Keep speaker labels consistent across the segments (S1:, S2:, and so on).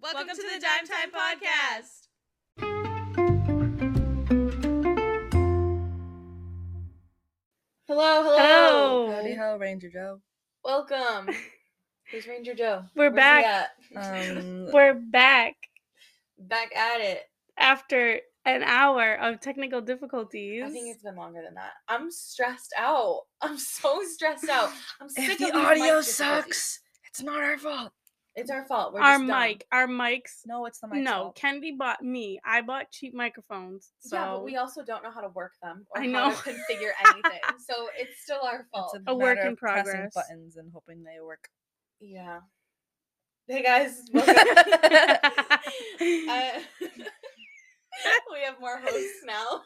S1: Welcome, to, the Dime Time Podcast.
S2: Hello, hello.
S1: Oh,
S3: Hello.
S2: Howdy ho, Ranger Joe.
S1: Welcome. Who's Ranger Joe?
S3: We're
S1: Where's he
S3: back.
S1: at? Uh,
S2: Um,
S3: We're back
S1: back at it.
S3: after an hour of technical difficulties.
S1: I think it's been longer than that. I'm stressed out. I'm so stressed out. I'm sick
S2: if
S1: of these
S2: the
S1: mic
S2: audio
S1: difficulties.
S2: sucks, it's not our fault.
S1: It's our fault. We're
S3: our
S1: just dumb.
S3: mic, our mics.
S2: No, it's the mic's
S3: No,
S2: fault.
S3: Kennedy bought me. I bought cheap microphones. So
S1: Yeah, but we also don't know how to work them or
S3: I
S1: how
S3: know.
S1: to configure anything. so it's still our fault.
S2: It's
S3: A work
S2: matter
S3: in
S2: of pressing
S3: progress.
S2: Buttons and hoping they work.
S1: Yeah. Hey guys, welcome. Uh, we have more hosts now.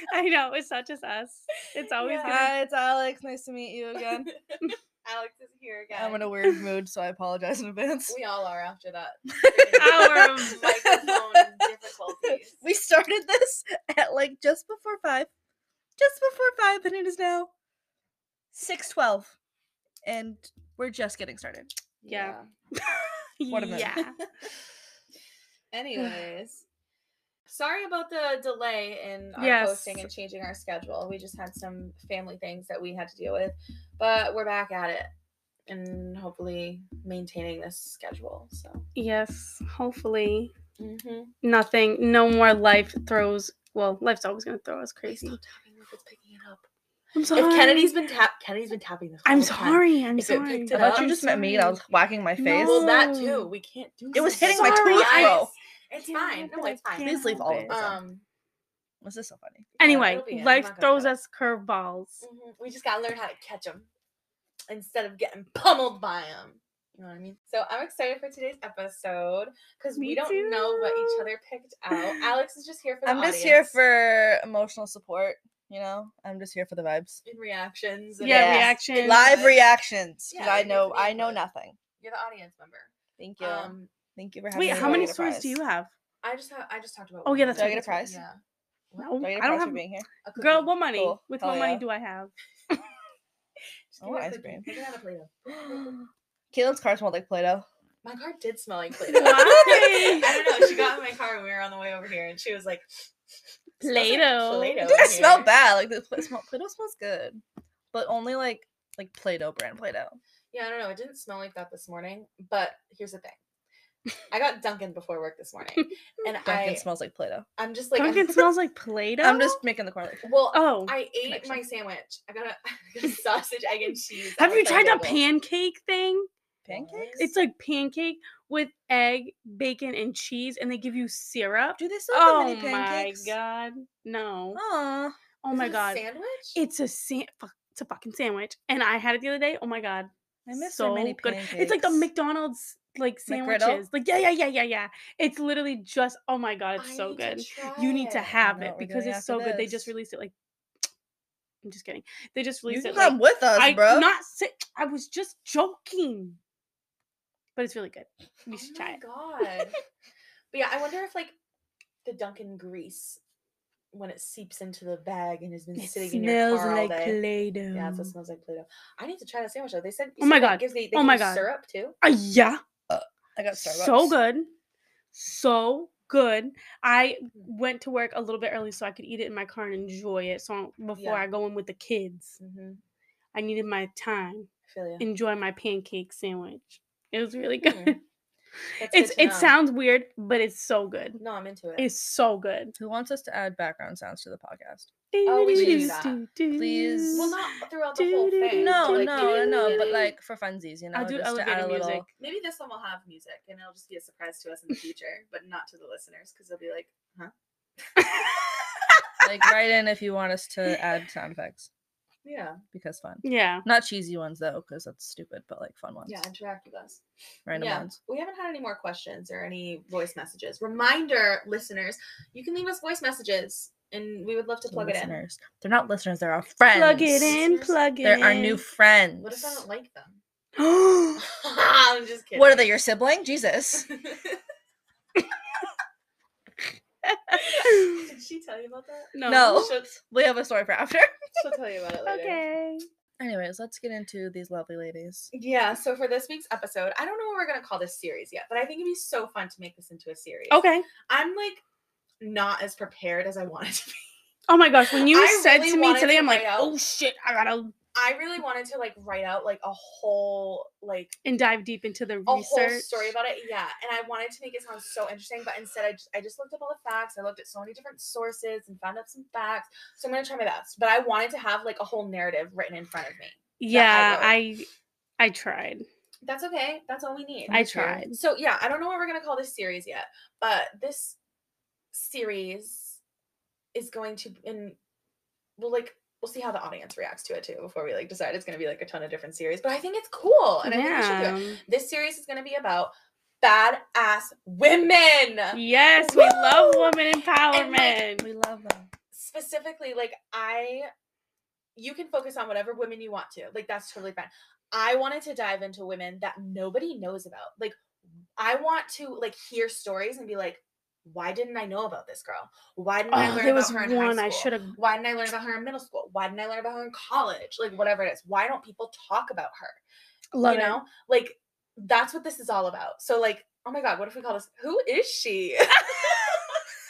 S3: I know it's not just us. It's always
S1: Yeah.
S3: gonna-
S2: Hi, it's Alex. Nice to meet you again.
S1: Alex is here again.
S2: I'm in a weird mood, so I apologize in advance.
S1: We all are after that.
S3: Hour of
S1: microphone difficulties.
S2: We started this at like just before five, just before five, and it is now six twelve, and we're just getting started.
S3: Yeah.
S2: What a minute.
S3: yeah.
S1: Anyways. Sorry about the delay in our
S3: Yes.
S1: posting and changing our schedule. We just had some family things that we had to deal with, but we're back at it and hopefully maintaining this schedule. So,
S3: Yes. Hopefully,
S1: mm-hmm.
S3: nothing. No more life throws. Well, life's always gonna throw us crazy.
S1: stop tapping if it's picking it up.
S3: I'm sorry.
S1: If Kennedy's been tap, Kennedy's been tapping this.
S3: I'm
S1: whole time.
S3: sorry. I'm
S1: If it
S3: sorry.
S1: picked
S2: I
S1: it
S2: thought
S1: up?
S2: you
S3: I'm
S2: just meant me. and I
S3: sorry.
S2: was whacking my face.
S1: Well, that
S3: No.
S1: too. We can't do.
S2: It was
S1: something.
S2: hitting my
S1: Sorry,
S2: tooth,
S1: guys.
S2: bro.
S1: It's
S3: Yeah,
S1: fine. No,
S3: but
S1: it's
S3: I
S1: fine.
S3: can't
S2: Please leave
S3: help
S2: all of
S3: it.
S2: this out.
S1: Um,
S2: This is so funny.
S3: Anyway,
S1: it'll be in. I'm
S3: life
S1: not gonna
S3: throws
S1: cut it.
S3: us curveballs.
S1: mhm, we just gotta learn how to catch them instead of getting pummeled by them. You know what I mean? So I'm excited for today's episode because we
S3: Me
S1: don't know what each
S3: too.
S1: other picked out. Alex is just here for. The
S2: I'm just here
S1: audience
S2: for emotional support. You know, I'm just here for the vibes.
S1: and reactions. and-
S3: Yeah,
S2: Yeah.
S3: reaction.
S2: Live
S1: Input.
S2: reactions. 'cause
S1: Yeah,
S2: I
S1: you're here
S2: know,
S1: for the
S2: I know
S1: input.
S2: nothing.
S1: You're the audience member.
S2: Thank you.
S1: Um,
S2: Thank you for having
S3: Wait,
S2: me.
S3: how
S2: I
S3: many
S2: get a
S3: stories
S2: prize?
S3: do you have?
S1: I just ha- I just talked about.
S3: Oh,
S1: one
S3: yeah,
S1: of
S3: that's
S1: them.
S2: Do I get a prize?
S1: Yeah.
S3: No,
S2: Do I get a
S3: Oh, I
S2: prize
S3: don't
S2: for
S3: have.
S2: being here?
S1: A cookie.
S3: Girl, what money?
S2: Cool.
S3: With
S2: Hell
S3: what money
S2: yeah.
S3: do I have?
S1: Just
S2: I
S1: give
S2: want
S1: her a
S2: ice
S1: cookie.
S2: cream.
S1: Make another Play-Doh.
S2: Caitlin's car smelled like Play-Doh.
S1: My car did smell like Play-Doh.
S3: Why?
S1: I don't know. She got in my car when we were on the way over here, and she was like, "Smells like
S3: Play-Doh."
S2: It
S1: Play-Doh
S2: doesn't
S1: in
S2: smell
S1: here."
S2: bad. Like the Play- smell, Play-Doh smells good, but only like like Play-Doh brand Play-Doh.
S1: Yeah, I don't know. It didn't smell like that this morning. But here's the thing: I got Dunkin' before work this morning, and
S2: Dunkin'
S1: I,
S2: smells like Play-Doh.
S1: I'm just like,
S3: Dunkin' smells like Play-Doh.
S2: I'm just making the correlation.
S1: well,
S3: Oh,
S1: I ate
S2: connection.
S1: my sandwich. I got a, I got a sausage, egg, and cheese.
S3: have
S1: on
S3: you
S1: a
S3: tried that
S1: bagel.
S3: pancake thing?
S2: Pancakes?
S3: It's like pancake with egg, bacon, and cheese, and they give you syrup.
S2: Do they still have
S3: Oh
S2: mini
S3: my
S2: pancakes?
S3: god, no!
S2: Aw.
S3: Oh
S1: Is
S3: my
S1: it a
S3: god,
S1: Sandwich?
S3: it's a san- fuck, it's a fucking sandwich, and I had it the other day. Oh my god,
S2: I miss
S3: so
S2: their mini
S3: good.
S2: pancakes.
S3: It's like the McDonald's like
S2: McGriddle?
S3: sandwiches. Like yeah, yeah, yeah, yeah, yeah. It's literally just oh my god, it's
S1: I
S3: so
S1: need to
S3: good.
S1: try
S3: You need to
S1: it.
S3: have
S2: know
S3: it
S2: what we're
S3: because
S2: doing
S3: it's so
S2: after
S3: good. They
S2: this.
S3: just released it like I'm just kidding. They just
S2: You
S3: released
S2: can
S3: it like
S2: come with us,
S3: I
S2: bro.
S3: not si- I was just joking. But it's really good. You should
S1: oh
S3: try
S1: my
S3: it.
S1: god. but yeah, I wonder if like the Dunkin' grease when it seeps into the bag and has been
S3: It
S1: sitting in your car all day.
S3: Play-Doh.
S1: yeah, that's what smells like Play-Doh. I need to try that sandwich though. They said you
S3: Oh my
S1: said that
S3: God.
S1: gives me
S3: Oh my God.
S1: syrup too.
S3: Ah, yeah.
S2: I got Starbucks.
S3: So good. So good. I
S1: Hmm.
S3: went to work a little bit early so I could eat it in my car and enjoy it. So before
S1: Yeah.
S3: I go in with the kids,
S1: Mm-hmm.
S3: I needed my time,
S1: I feel ya.
S3: enjoy my pancake sandwich. It was really good.
S1: Hmm, That's good
S3: It's
S1: to
S3: it
S1: know.
S3: sounds weird, but it's so good.
S1: No, I'm into it.
S3: It's so good.
S2: Who wants us to add background sounds to the podcast?
S1: Oh, we should do
S3: Do,
S1: that.
S3: do, do,
S2: Please.
S1: well,
S3: do.
S1: not throughout the whole
S3: Do, do, do,
S1: thing.
S2: No,
S1: but, like,
S2: no, no,
S1: maybe-
S2: no, but
S1: maybe-
S2: like for funsies, you know,
S3: I'll do
S2: just to add a
S3: elevator
S2: little.
S3: music.
S1: maybe this one will have music and it'll just be a surprise to us in the future, but not to the listeners because they'll be like, huh?
S2: Like write in if you want us to add sound effects
S1: Yeah,
S2: because fun.
S3: Yeah.
S2: Not cheesy ones though, because that's stupid, but like fun ones,
S1: yeah, interact with us.
S2: random
S1: yeah,
S2: ones.
S1: we haven't had any more questions or any voice messages. Reminder, listeners, you can leave us voice messages, and we would love to
S2: The
S1: plug it
S2: listeners. They're not listeners. They're our friends.
S3: Plug it in,
S1: Listeners,
S3: plug it
S2: They're our new
S3: in.
S2: friends.
S1: in. What if I don't like them?
S3: new
S1: I'm just kidding.
S2: What are they? Your sibling? Jesus.
S1: Did she tell you about that?
S3: No.
S2: No.
S1: She'll,
S2: We have a story for after.
S1: she'll tell you about it later.
S3: Okay.
S2: Anyways, let's get into these lovely ladies.
S1: Yeah, so for this week's episode, I don't know what we're gonna call this series yet, but I think it'd be so fun to make this into a series.
S3: Okay.
S1: I'm like not as prepared as I wanted to be.
S3: Oh my gosh, when you
S1: I
S3: said
S1: really
S3: to me
S1: wanted
S3: today,
S1: to
S3: I'm like,
S1: write out-
S3: oh shit, I gotta
S1: I really wanted to like write out like a whole like
S3: and dive deep into the
S1: a
S3: research.
S1: whole story about it. Yeah, and I wanted to make it sound so interesting, but instead I just I just looked up all the facts. I looked at so many different sources and found out some facts. So I'm gonna try my best, but I wanted to have like a whole narrative written in front of me.
S3: yeah,
S1: wrote.
S3: I I tried.
S1: That's okay. That's all we need.
S3: I
S2: Me too.
S3: tried.
S1: So yeah, I don't know what we're gonna call this series yet, but this series is going to and we'll like we'll see how the audience reacts to it too before we like decide it's gonna be like a ton of different series. But I think it's cool and I think we should do it.
S3: Yeah.
S1: This series is gonna be about badass women.
S3: Yes, we love
S1: Woo!
S3: women empowerment.
S2: We love them.
S1: Specifically, like I you can focus on whatever women you want to. Like that's totally fine. I wanted to dive into women that nobody knows about. Like I want to like hear stories and be like, why didn't I know about this girl? Why didn't I
S3: Oh,
S1: learn
S3: there
S1: about
S3: was
S1: her in
S3: one
S1: high
S3: I
S1: school?
S3: should have.
S1: Why didn't I learn about her in middle school? Why didn't I learn about her in college? Like whatever it is. Why don't people talk about her?
S3: Love
S1: you
S3: it.
S1: know like that's what this is all about so like oh my god what if we call this who is she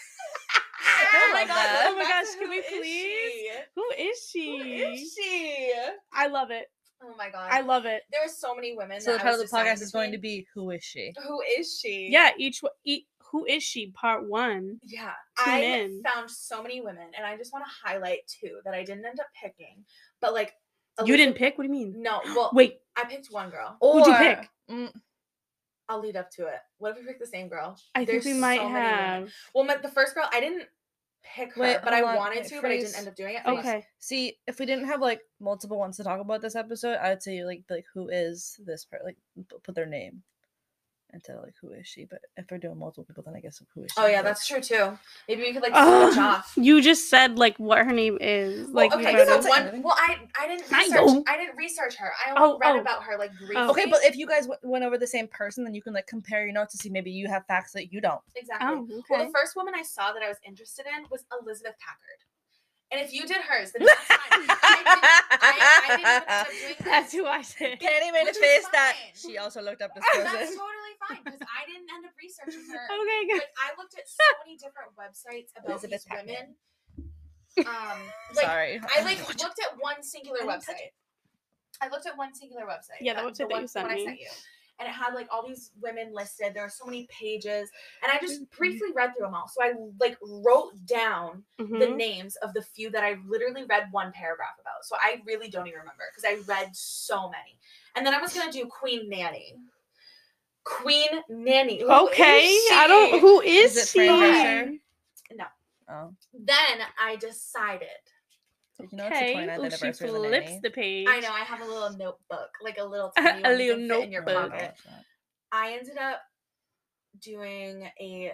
S2: I love that.
S1: going
S3: Oh my
S1: back to
S3: gosh, can
S1: who
S3: we
S1: is
S3: please?
S1: she?
S3: Who is she?
S1: who is she
S3: I love it.
S1: oh my god
S3: I love it.
S1: there are so many women
S2: So the
S1: that I
S2: title of
S1: was
S2: the podcast
S1: deciding
S2: is going to
S1: between.
S2: be "Who Is She?"
S1: who is she
S3: Yeah, each, one- e- who is she? Part one.
S1: yeah
S3: Tune
S1: i
S3: in.
S1: found so many women and i just want to highlight two that i didn't end up picking but like
S3: You
S1: Elizabeth-
S3: didn't pick. What do you mean?
S1: no well wait
S3: Wait,
S1: i picked one girl
S3: Who'd you pick?
S2: Mm,
S1: i'll lead up to it what if we pick the same girl
S3: I think we
S1: There's
S3: might
S1: so many women.
S3: have.
S1: Well, my, the first girl, I didn't pick her,
S2: Wait,
S1: but I
S2: hold on,
S1: wanted
S2: wait,
S1: to, but I didn't
S2: phrase-
S1: end up doing it. Hold on.
S3: Okay.
S2: See, if we didn't have like multiple ones to talk about this episode, I'd say like be like who is this person? Like p- put their name into like who is she? But if we're doing multiple people, then I guess who is she?
S1: Oh yeah,
S2: but-
S1: that's true too. Maybe we could like switch
S3: Ugh,
S1: off.
S3: you just said like what her name is.
S1: Well,
S3: Like you
S1: okay,
S3: read
S1: so
S2: that's
S3: it.
S2: like
S1: one.
S2: everything.
S1: Well, I I didn't
S3: I
S1: research.
S3: know.
S1: I, didn't research her. I only
S3: Oh,
S1: read
S3: oh.
S1: about her like briefly.
S3: Oh.
S2: Okay, but if you guys w- went over the same person, then you can like compare your notes to see maybe you have facts that you don't.
S1: exactly.
S3: Oh,
S1: Well,
S3: okay.
S1: the first woman I saw that I was interested in was Elizabeth Packard, and if you did hers, then that's fine. I, did, I, I didn't even end up doing hers.
S3: That's who I said.
S2: Kenny made a
S1: Which is
S2: face that
S1: fine.
S2: she also looked up this
S1: That's
S2: person.
S1: totally fine because I didn't end up researching her.
S3: Okay, good.
S1: like I looked at so many different websites about
S2: Elizabeth
S1: these women.
S2: Pac-Man.
S1: Um, like
S2: Sorry,
S1: I like
S2: What-
S1: looked at one singular
S2: I didn't touch
S1: website. I looked at one singular website.
S3: Yeah, the website that you
S1: one- the
S3: sent
S1: one I
S3: me.
S1: you. And it had like all these women listed. There were so many pages, and I just
S3: Mm-hmm.
S1: briefly read through them all. So I like wrote down the
S3: Mhm.
S1: names of the few that I literally read one paragraph about. So I really don't even remember because I read so many. And then I was gonna do Queen Nanny. Queen Nanny. Who is
S3: Okay, I
S1: she?
S3: don't. Who is,
S2: Is it
S3: she?
S2: Fran
S1: Drescher?
S2: Oh,
S1: Then I decided.
S2: did you know it's the
S3: Okay.
S2: 29th
S3: Ooh, she
S2: anniversary of Oh, the
S3: flips
S2: nanny?
S3: the page.
S1: I know I have a little notebook, like a little tiny one you
S3: little
S1: can fit in your
S2: Oh, I
S3: notebook.
S1: pocket.
S2: love that.
S1: I ended up doing a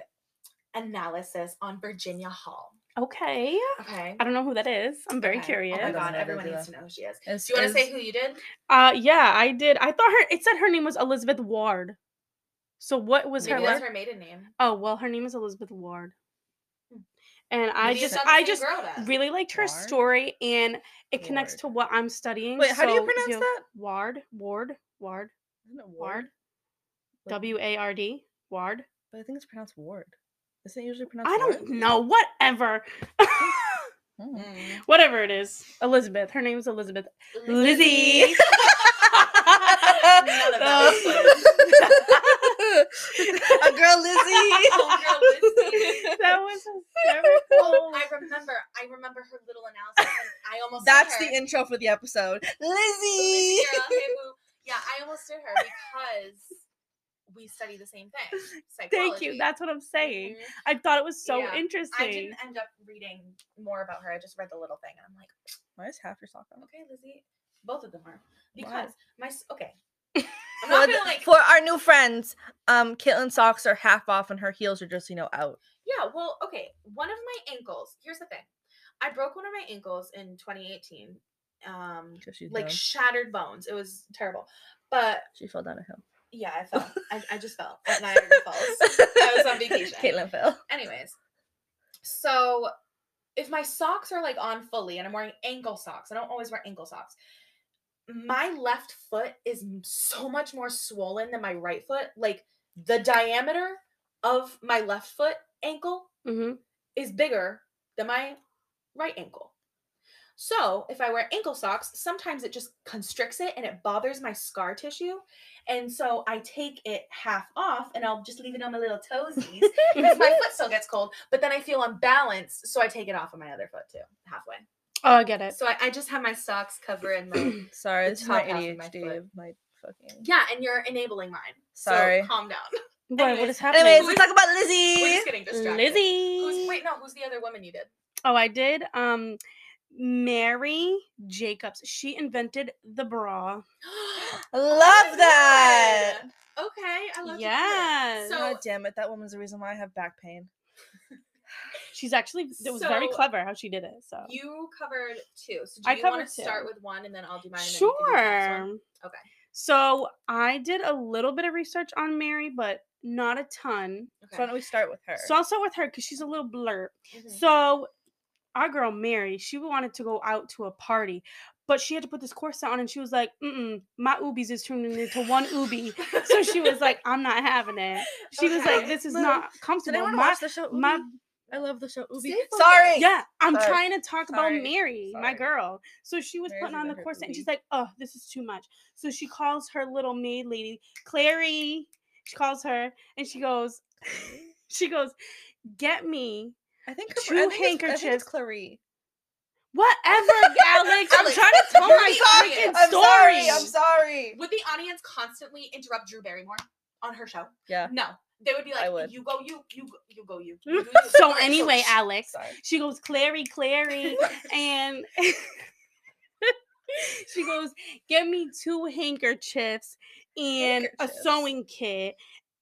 S1: analysis on Virginia Hall.
S3: Okay.
S1: Okay.
S3: I don't know who that is. I'm very
S1: Okay. Oh
S3: curious.
S1: my
S2: Doesn't
S1: god,
S2: matter,
S1: everyone
S2: do
S1: needs
S2: that.
S1: to know who she is.
S2: Is-
S1: Do you want
S2: is-
S1: to say who you did?
S3: Uh, yeah, I did. I thought her. It said her name was Elizabeth Ward. So what was
S1: Maybe
S3: her?
S1: that's
S3: la-
S1: her maiden name.
S3: Oh well, her name is Elizabeth Ward.
S1: Hmm.
S3: And I
S1: Maybe you
S3: just,
S1: saw the
S3: I
S1: same
S3: just
S1: girl then.
S3: really liked her
S2: Ward?
S3: story, and it connects
S2: Ward.
S3: to what I'm studying.
S2: Wait, how do you
S3: so
S2: pronounce that?
S3: Ward, Ward, Ward,
S2: Isn't it
S3: Ward,
S2: Like-
S3: W A R D, Ward.
S2: But I think it's pronounced Ward. Isn't it usually pronounced
S3: I
S2: Ward?
S3: don't know. Whatever,
S2: Hmm.
S1: Mm.
S3: whatever it is. Elizabeth. Her name's Elizabeth. Lizzie.
S1: None of that
S3: So-
S1: makes sense.
S2: A girl Lizzie.
S1: Oh, girl, Lizzie.
S3: that was hysterical.
S1: I remember. I remember her little analysis. and I almost did
S2: That's
S1: her.
S2: the intro for the episode. Lizzie.
S1: Miss Sarah, hey, boo. Yeah, I almost did her because we study the same thing.
S3: Thank you.
S1: psychology.
S3: That's what I'm saying.
S1: Mhm.
S3: I thought it was so
S1: Yeah, I
S3: interesting.
S1: I didn't end up reading more about her. I just read the little thing, and I'm like,
S2: Why is half your sock on?
S1: okay, Lizzie, both of them are because my s- okay. I'm
S2: For,
S1: not
S2: the-
S1: gonna like
S2: for our new friends, um, Caitlin's socks are half off and her heels are just, you know, out.
S1: yeah. Well, okay. One of my ankles. Here's the thing. I broke one of my ankles in 2018. Um,
S2: So she's
S1: like
S2: down.
S1: shattered bones. It was terrible, but
S2: she fell down a hill.
S1: yeah, I fell. I, I just fell at Niagara Falls. I was on vacation.
S2: Caitlin fell.
S1: Anyways, so if my socks are like on fully and I'm wearing ankle socks, I don't always wear ankle socks. my left foot is m- so much more swollen than my right foot. Like the diameter of my left foot ankle
S3: Mm-hmm.
S1: is bigger than my right ankle. So if I wear ankle socks, sometimes it just constricts it and it bothers my scar tissue. And so I take it half off and I'll just leave it on my little toesies because my foot still gets cold, but then I feel unbalanced. So I take it off on my other foot too, halfway.
S3: Oh, I get it.
S1: So I, I just have my socks covering my.
S2: Sorry,
S1: the
S2: this is my
S1: top half of
S2: ADHD.
S1: my
S2: My,
S1: foot.
S2: my fucking.
S1: Yeah, and you're enabling mine.
S2: Sorry.
S1: So calm down.
S3: Wait, what
S1: anyways-
S3: is happening?
S2: Anyways,
S1: Who
S2: let's
S1: is-
S2: talk about
S1: We're
S2: Lizzie.
S1: just getting distracted.
S3: Lizzie.
S1: Who's, wait, no, who's the other woman you did?
S3: Oh, I did. Um, Mary Jacobs. She invented the bra.
S1: Oh my
S2: Love that.
S1: God. Okay, I love
S3: Yes.
S1: So-
S2: God damn it, that woman's the reason why I have back pain.
S3: She's actually. It was very
S1: So-
S3: clever how she did it. So.
S1: You covered two. So do
S3: I
S1: you want
S3: covered
S1: to
S3: two.
S1: start with one and then I'll do mine? And Then you can do the next one?
S3: Sure.
S1: Okay.
S3: So I did a little bit of research on Mary, but not a ton.
S2: So why
S1: Okay.
S2: don't we start with her?
S3: So I'll start with her because she's a little blurb.
S1: Mhm.
S3: So our girl Mary, she wanted to go out to a party, but she had to put this corset on, and she was like, "Mm, my oobies is turning into one oobie."
S1: Mm-hmm.
S3: So she was like, "I'm not having it." She was like,
S1: Okay.
S3: "This is
S2: Well,
S3: not
S2: Did
S3: comfortable."
S2: anyone
S3: My-
S2: watch the show?
S3: my-
S2: Ubi? I love the show. Ubi.
S1: Stay focused.
S2: Sorry.
S3: yeah, I'm
S2: Sorry.
S3: trying to talk
S2: Sorry.
S3: about Mary, my
S2: Sorry.
S3: girl. So she was
S2: Mary's
S3: putting on
S2: into
S3: the
S2: her
S3: corset, and she's
S2: booty.
S3: like, "Oh, this is too much." So she calls her little maid lady, Clary. She calls her, and she goes, "She goes, get me
S2: I think
S3: Two
S2: I think it's- I think
S3: handkerchiefs.
S2: it's Clarie.
S3: whatever, Alex. I'm
S1: Alex,
S3: trying to tell
S1: you're
S3: my
S1: being
S3: freaking
S1: obvious.
S2: I'm
S3: story.
S2: sorry. I'm sorry.
S1: Would the audience constantly interrupt Drew Barrymore on her show?
S2: Yeah.
S1: No. They would be like,
S2: I would.
S1: you go, you, you, go- you go, you.
S3: Mm.
S1: you do you."
S3: So
S1: Alright,
S3: anyway, Alex,
S2: Sorry.
S3: she goes, Clary, Clary, and she goes, get me two handkerchiefs and
S2: Handkerchiefs.
S3: a sewing kit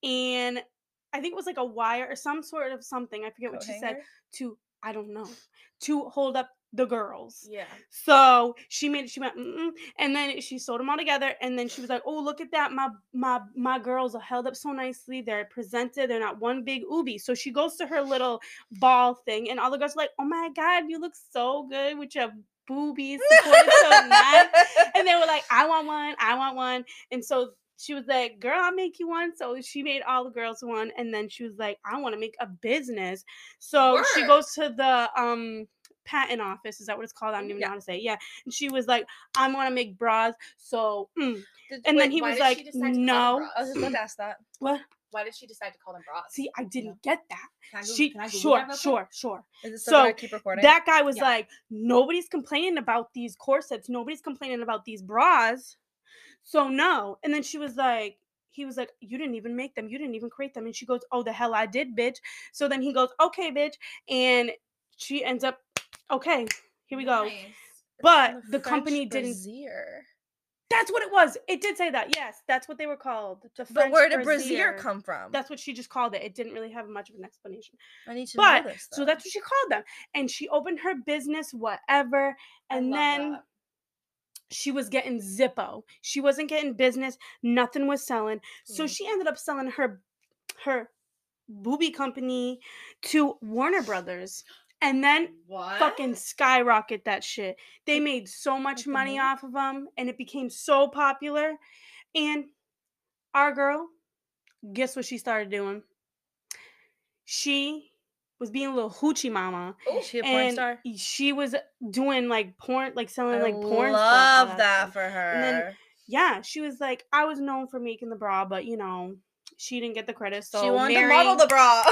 S3: and I think it was like a wire or some sort of something. I forget what
S2: Coat
S3: she said
S2: hanger?
S3: to I don't know to hold up the girls.
S1: yeah.
S3: So she made she went Mm-mm, and then she sewed them all together and then she was like, "Oh, look at that! My my my girls are held up so nicely. They're presented. They're not one big ubi." So she goes to her little ball thing and all the girls are like, "Oh my god, you look so good with your boobies supported so nice." And they were like, "I want one. I want one." And so she was like, "Girl, I'll make you one." So she made all the girls one and then she was like, "I want to make a business." So she
S1: Word.
S3: goes to the um patent office. Is that what it's called? I
S1: Mm,
S3: don't even
S2: Yeah.
S3: know how to say. It. Yeah. And she was like, I'm gonna make bras. So mm.
S2: Did-
S3: and
S2: wait,
S3: then he
S1: why
S3: was
S1: did she
S3: like,
S1: decide to call them
S3: No.
S1: bras?
S2: I was just about to ask that.
S3: What?
S1: Why did she decide to call them bras?
S3: See, I
S1: know.
S3: didn't get that.
S1: Can I Goog-
S3: She
S1: can I Google
S3: sure,
S1: that real quick?
S3: sure, sure.
S2: Is it
S3: So,
S2: so, I keep recording?
S3: That guy was
S1: Yeah.
S3: like, Nobody's complaining about these corsets, nobody's complaining about these bras. So no. And then she was like, he was like, You didn't even make them. You didn't even create them. And she goes, Oh, the hell I did, bitch. So then he goes, Okay, bitch. And she ends up, Okay, here we go.
S1: Nice.
S3: But
S2: From
S3: the company
S2: French
S3: didn't
S2: brassiere.
S3: That's what it was. It did say that. Yes, that's what they were called. The
S2: But
S3: French
S2: where did brassiere
S3: brassiere.
S2: come from?
S3: That's what she just called it. It didn't really have much of an explanation.
S2: I need to
S3: but-
S2: know this.
S3: So
S2: though.
S3: that's what she called them. And she opened her business, whatever.
S1: I
S3: And
S1: love
S3: then
S1: that.
S3: she was getting Zippo. She wasn't getting business. Nothing was selling. So
S1: Mm.
S3: she ended up selling her her booby company to Warner Brothers. And then
S1: what?
S3: fucking skyrocket that shit. They made so much
S2: the
S3: money
S2: movie?
S3: off of them and it became so popular. And our girl, guess what she started doing? She was being a little hoochie mama.
S1: Ooh,
S2: Oh, Is she a porn
S3: And
S2: star?
S3: she was doing like porn, like selling
S2: I
S3: like porn. stuff, all
S2: love
S3: stuff.
S2: that for her.
S3: then Yeah, she was like, I was known for making the bra, but you know, she didn't get the credit. So
S2: she wanted
S3: Mary,
S2: to model the bra.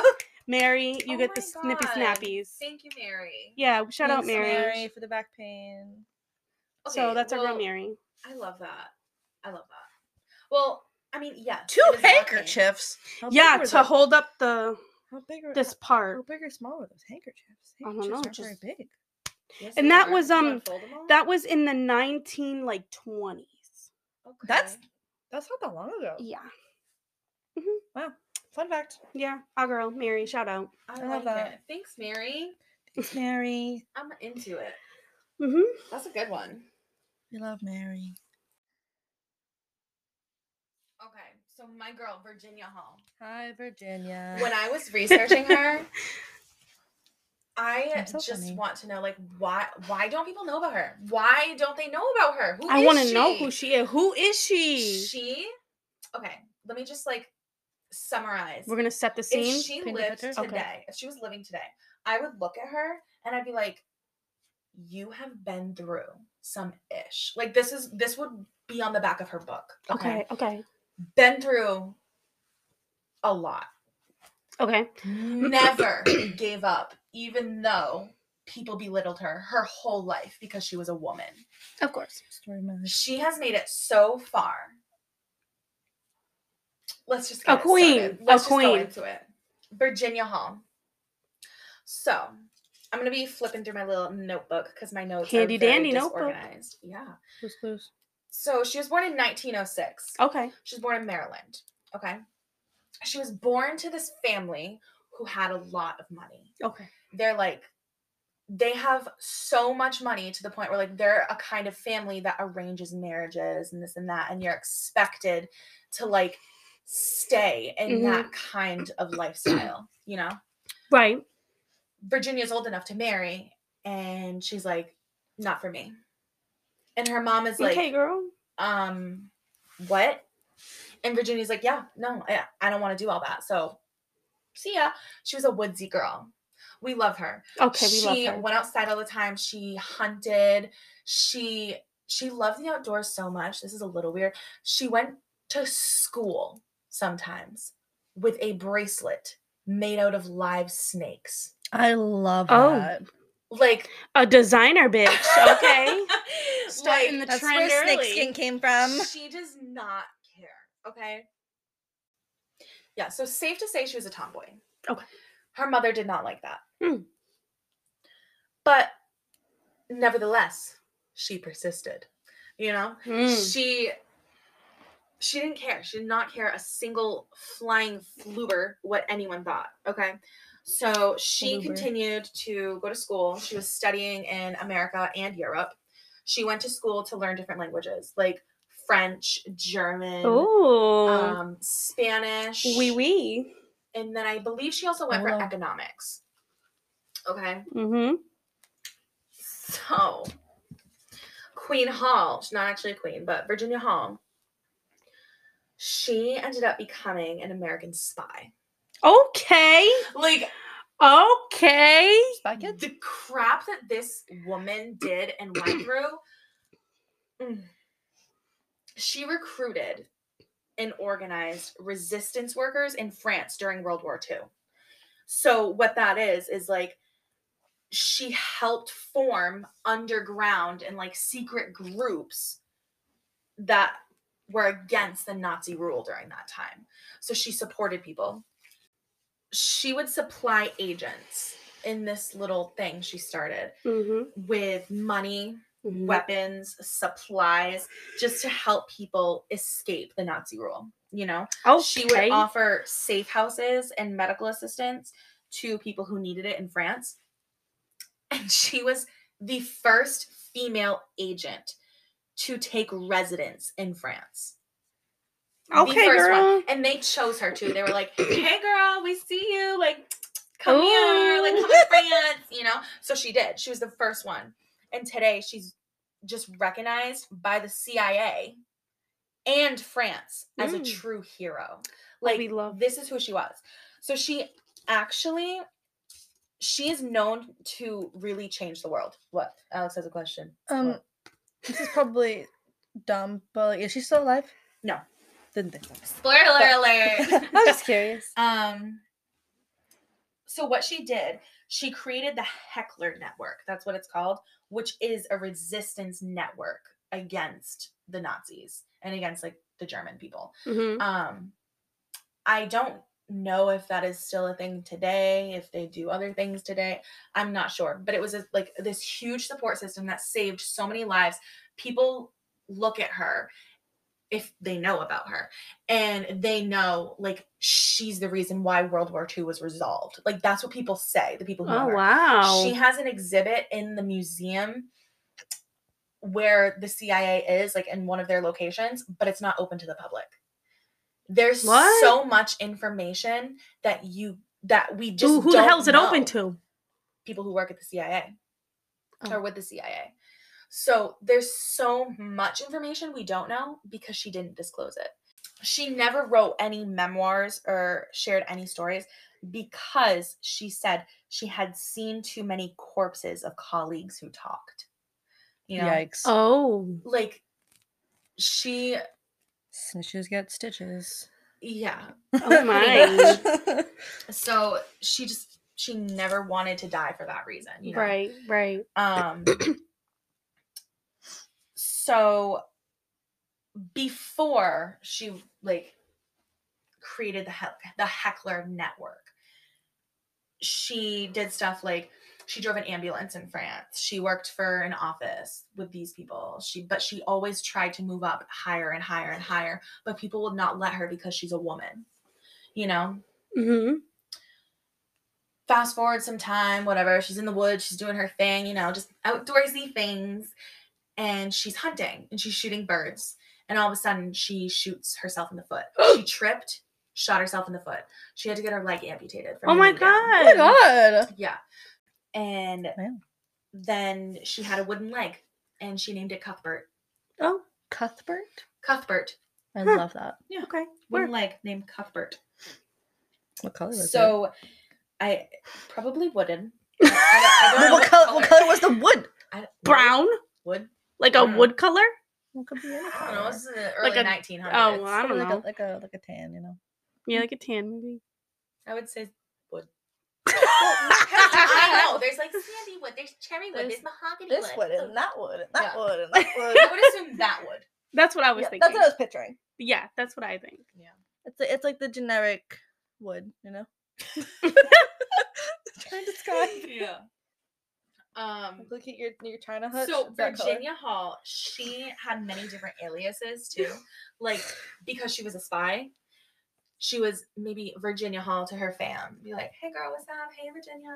S3: Mary, you
S1: Oh
S3: get the
S1: my
S3: snippy
S1: God.
S3: snappies.
S1: Thank you, Mary.
S3: Yeah, shout out
S2: Thanks,
S3: Mary.
S2: for the back pain.
S3: so that's our
S1: well,
S3: girl Mary.
S1: I love that. I love that. Well, I mean, yes.
S2: Two
S1: it is lacking.
S2: handkerchiefs. How big
S3: yeah,
S2: were
S3: to
S2: those?
S3: hold up the
S2: How big are
S3: this
S2: How, how
S3: part.
S2: big or small were those handkerchiefs?
S3: I don't
S2: Handkerchiefs
S3: know,
S2: aren't
S3: just-
S2: very big.
S1: Yes,
S3: And
S1: they
S3: that
S1: are.
S3: was,
S1: You
S3: um,
S1: unfold them all?
S3: That was in the nineteen like twenties.
S2: That's-
S1: Okay.
S2: That's not that long ago.
S3: Yeah,
S2: Wow. Fun fact.
S3: yeah. Our girl Mary, shout out.
S1: I,
S2: I love
S1: like
S2: that.
S1: it. Thanks, Mary.
S2: It's Mary.
S1: I'm into it.
S3: Mm-hmm.
S1: That's a good one.
S2: We love Mary.
S1: Okay, so my girl Virginia Hall.
S2: Hi, Virginia.
S1: When I was researching her, I
S2: That's so
S1: just
S2: funny.
S1: want to know, like, why why don't people know about her? Why don't they know about her? Who
S3: I
S1: is
S3: want to know
S1: she?
S3: who she is. Who is she?
S1: She. Okay, let me just like summarize.
S3: We're gonna set the
S1: if
S3: scene.
S1: she
S2: paint the
S1: lived
S2: picture?
S1: today,
S3: Okay.
S1: if she was living today, I would look at her and I'd be like, "You have been through some ish. Like this is this would be on the back of her book.
S3: okay, okay,
S1: been through a lot.
S3: okay.
S1: Never gave up, even though." People belittled her her whole life because she was a woman.
S3: Of course.
S2: Story of my life.
S1: She has made it so far. Let's just
S3: A
S1: get it
S3: queen,
S1: started.
S3: a
S1: Let's just go
S3: queen.
S1: into it. Virginia Hall. So I'm gonna be flipping through my little notebook because my notes
S3: Handy
S1: are very
S3: dandy notebook.
S1: disorganized. Yeah.
S2: Who's loose?
S1: So she was born in 1906.
S3: Okay.
S1: She was born in Maryland. Okay. She was born to this family who had a lot of money
S3: Okay.
S1: they're like they have so much money to the point where like they're a kind of family that arranges marriages and this and that and you're expected to like stay in
S3: Mhm.
S1: that kind of lifestyle you know
S3: Right.
S1: virginia's old enough to marry and she's like not for me and her mom is like
S3: okay, girl.
S1: um what and virginia's like yeah no i, I don't want to do all that so see ya she was a woodsy girl we love her
S3: Okay, we
S1: she
S3: love her.
S1: went outside all the time. She hunted. She she loved the outdoors so much. This is a little weird. She went to school sometimes with a bracelet made out of live snakes.
S2: I love
S3: Oh.
S2: that.
S1: Like
S3: A designer bitch. Okay. Starting
S1: like,
S3: the trend early.
S2: came
S1: she does not care. Okay. Yeah, so safe to say she was a tomboy.
S3: Okay.
S1: Her mother did not like that.
S3: Hmm.
S1: But nevertheless, she persisted. You know?
S3: Mm.
S1: She she didn't care. She did not care a single flying fluber what anyone thought. Okay. So she
S2: Fluber.
S1: continued to go to school. She was studying in America and Europe. She went to school to learn different languages like French, German,
S3: Oh. Ooh.
S1: um, Spanish.
S3: Wee wee.
S1: And then I believe she also went
S2: Hello.
S1: for economics. Okay.
S3: Mm-hmm.
S1: So, Queen Hall, she's not actually a queen, but Virginia Hall, she ended up becoming an American spy.
S3: Okay.
S1: Like,
S3: Okay.
S2: Spy Kids?
S1: the crap that this woman did and went through, mm. she recruited and organized resistance workers in France during World War II. So, what that is, is like she helped form underground and like secret groups that were against the Nazi rule during that time. So, she supported people. She would supply agents in this little thing she started
S3: Mm-hmm.
S1: with money, weapons, supplies, just to help people escape the Nazi rule. You know,
S3: Okay.
S1: she would offer safe houses and medical assistance to people who needed it in France. And she was the first female agent to take residence in France. The
S3: Okay,
S1: first one.
S3: girl.
S1: And they chose her too. They were like, hey, girl, we see you. Like, come here. Like, come to France, you know? So she did. She was the first one. And today she's just recognized by the CIA and France as a
S3: Mm.
S1: true hero.
S3: Well,
S1: Like,
S3: we love-
S1: this is who she was. So she actually. She is known to really change the world. What? Alex has a question.
S2: Um,
S1: What?
S2: this is probably dumb, but like, is she still alive?
S1: No.
S2: Didn't think so.
S1: Spoiler alert.
S2: I was just curious.
S1: Um so what she did, she created the Heckler Network. That's what it's called, which is a resistance network against the Nazis and against like the German people.
S3: Mhm.
S1: Um I don't know if that is still a thing today, if they do other things today. I'm not sure, but it was a, like this huge support system that saved so many lives. People look at her if they know about her and they know like she's the reason why World War II was resolved. Like that's what people say, the people who know
S3: Oh
S1: her.
S3: wow.
S1: She has an exhibit in the museum where the CIA is, like in one of their locations, but it's not open to the public. There's
S3: What?
S1: so much information that you that we just
S3: Who, who the
S1: don't
S3: hell's it
S1: know.
S3: open to?
S1: people who work at the CIA
S3: Oh.
S1: or with the CIA. So there's so much information we don't know because she didn't disclose it. She never wrote any memoirs or shared any stories because she said she had seen too many corpses of colleagues who talked. You know,
S2: Yikes.
S3: Oh.
S1: like she,
S2: Snitches get stitches.
S1: yeah.
S3: Oh my.
S1: So she just she never wanted to die for that reason. You know?
S3: Right, right.
S1: Um, so before she like created the he- the heckler network, she did stuff like she drove an ambulance in France. She worked for an office with these people. She but she always tried to move up higher and higher and higher, but people would not let her because she's a woman. You know, Mm-hmm.
S3: hmm
S1: fast forward some time, whatever. She's in the woods, she's doing her thing, you know, just outdoorsy things. And she's hunting and she's shooting birds. And all of a sudden, she shoots herself in the foot. she tripped, shot herself in the foot. She had to get her leg amputated. From
S3: Oh
S1: the
S3: my
S1: knee down.
S2: Oh my
S3: god.
S2: god.
S1: Yeah. And
S2: Wow.
S1: then she had a wooden leg and she named it Cuthbert.
S3: Oh,
S2: Cuthbert?
S1: Cuthbert.
S2: I
S3: Huh.
S2: love that.
S3: okay.
S1: Wooden
S3: Word.
S1: leg named Cuthbert.
S2: What color was it?
S1: So I probably wooden. I don't
S2: Well,
S1: know
S2: what,
S1: what
S2: color, what
S1: color.
S2: color was the wood?
S1: I,
S3: Brown?
S1: Wood.
S3: Like a
S1: Mm.
S3: wood color?
S2: What could be
S1: I
S2: any
S1: don't know.
S2: color?
S1: This is in the early
S3: a-
S1: 1900s.
S3: Oh, well, I don't
S2: Probably
S3: know.
S2: like a, like a like a tan, you know.
S3: Yeah, like a tan maybe.
S1: I would say wood. Oh, I
S3: I
S1: know. There's like sandy wood. There's cherry wood. There's,
S2: There's
S1: mahogany wood. so
S2: that wood and
S1: that Yeah.
S2: wood and that wood.
S1: I would assume that wood.
S3: That's what I was thinking.
S2: that's what I was picturing.
S3: yeah, that's what I think.
S2: It's like, it's like the generic wood, you know. Trying to describe.
S1: Yeah. Um.
S2: Like, Look at your your China hut.
S1: So
S2: it's that color.
S1: Virginia Hall, she had many different aliases too, like because she was a spy. She was maybe Virginia Hall to her fam. Be like, hey girl, what's up? Hey Virginia.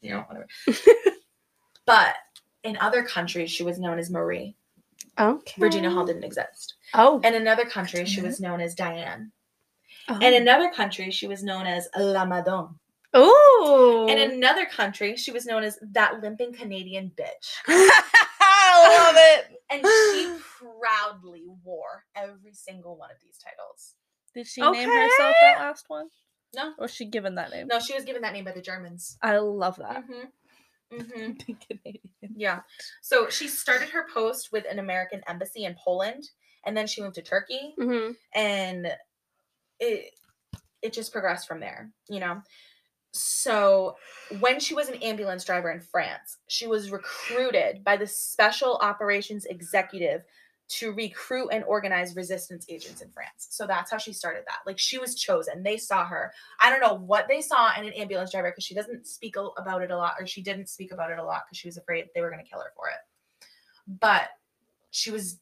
S1: You know, whatever. but in other countries, she was known as Marie.
S3: Okay.
S1: Virginia Hall didn't exist.
S3: Oh.
S1: In another country, she was known as Diane.
S3: Uh-huh.
S1: In another country, she was known as La Madone.
S3: oh.
S1: In another country, she was known as that limping Canadian bitch.
S2: I love it.
S1: And she proudly wore every single one of these titles.
S2: Did she name herself that last one?
S1: No.
S2: Or was she given that name?
S1: No, she was given that name by the Germans.
S2: I love that.
S1: Mm-hmm. Mm-hmm.
S2: Canadian.
S1: Yeah. So she started her post with an American embassy in Poland, and then she moved to Turkey,
S3: Mhm.
S1: and it it just progressed from there, you know. So when she was an ambulance driver in France, she was recruited by the special operations executive to recruit and organize resistance agents in France. So that's how she started that. Like she was chosen. They saw her. I don't know what they saw in an ambulance driver because she doesn't speak a- about it a lot, or she didn't speak about it a lot because she was afraid they were going to kill her for it. But she was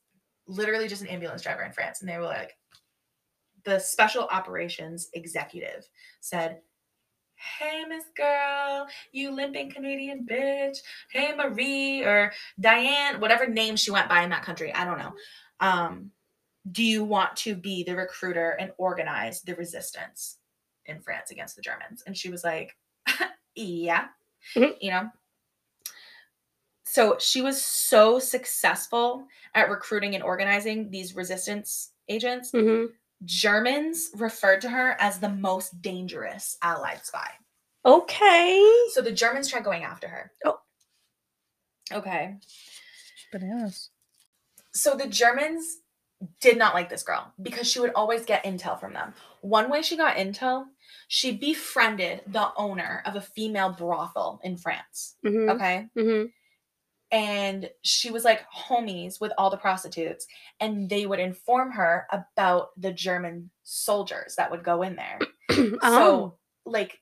S1: literally just an ambulance driver in France. And they were like, the special operations executive said, Hey, Miss Girl, you limping Canadian bitch. Hey, Marie or Diane, whatever name she went by in that country. I don't know. Um, do you want to be the recruiter and organize the resistance in France against the Germans? And she was like, Yeah,
S3: Mhm.
S1: you know. So she was so successful at recruiting and organizing these resistance agents
S3: Mhm.
S1: Germans referred to her as the most dangerous Allied spy.
S3: Okay.
S1: So the Germans tried going after her.
S3: Oh.
S1: Okay.
S2: Bananas.
S1: So the Germans did not like this girl because she would always get intel from them. One way she got intel, she befriended the owner of a female brothel in France.
S3: Mhm.
S1: Okay.
S3: Mhm.
S1: And she was like homies with all the prostitutes, and they would inform her about the German soldiers that would go in there.
S3: oh.
S1: So like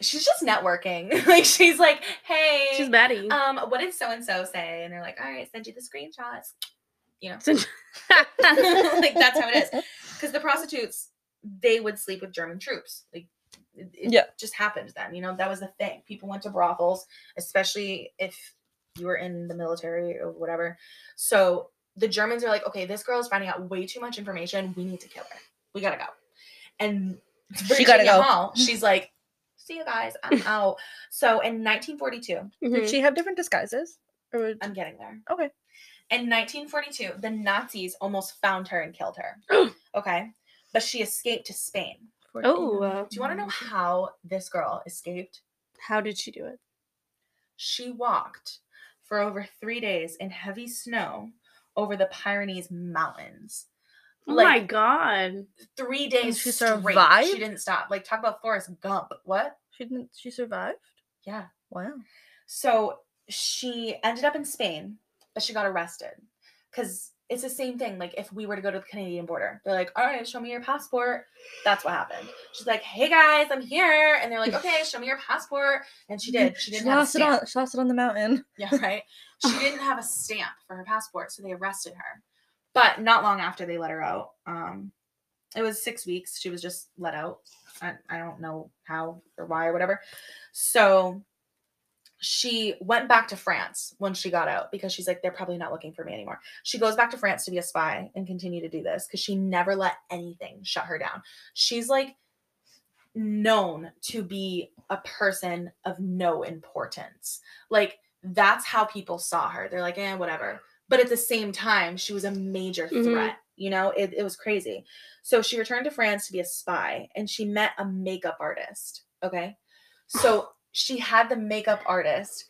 S1: she's just networking. like she's like, hey,
S3: She's baddie.
S1: um, what did so and so say? And they're like, all right, send you the screenshots. like that's how it is. Because the prostitutes, they would sleep with German troops. Like it, it
S2: Yeah.
S1: just happened then. You know, that was the thing. People went to brothels, especially if you were in the military or whatever. So the Germans are like, okay, this girl is finding out way too much information. We need to kill her. We gotta go. And
S2: She gotta
S1: Virginia
S2: go.
S1: Hall, she's like, see you guys. I'm out. So in 1942,
S3: Mm-hmm.
S2: Did
S1: Hmm.
S2: she have different disguises? Or would-
S1: I'm getting there.
S2: Okay.
S1: In 1942, the Nazis almost found her and killed her. okay. But she escaped to Spain.
S2: 14,
S3: Oh, uh,
S1: Do you want to know
S2: Mm.
S1: how this girl escaped?
S3: how did she do it?
S1: She walked for over three days in heavy snow over the Pyrenees Mountains.
S3: Oh
S1: Like,
S3: my god.
S1: Three days
S2: she
S1: straight. She
S2: survived?
S1: didn't stop. Like, talk about Forrest Gump. What?
S2: She didn't. She survived.
S1: Yeah.
S2: Wow.
S1: So she ended up in Spain, but she got arrested because it's the same thing. Like if we were to go to the Canadian border, they're like, "All right, show me your passport." That's what happened. She's like, "Hey guys, I'm here," and they're like, "Okay, show me your passport." And she did. She didn't have a
S2: lost it
S1: stamp.
S2: on. She lost it on the mountain.
S1: Yeah, right. She didn't have a stamp for her passport, so they arrested her. But not long after they let her out. Um, it was six weeks. She was just let out. I, I don't know how or why or whatever. So she went back to France when she got out because she's like, they're probably not looking for me anymore. She goes back to France to be a spy and continue to do this because she never let anything shut her down. She's like known to be a person of no importance. Like, that's how people saw her. They're like, eh, whatever. But at the same time, she was a major
S3: Mhm.
S1: threat. You know, it, it was crazy. So she returned to France to be a spy and she met a makeup artist. Okay. So she had the makeup artist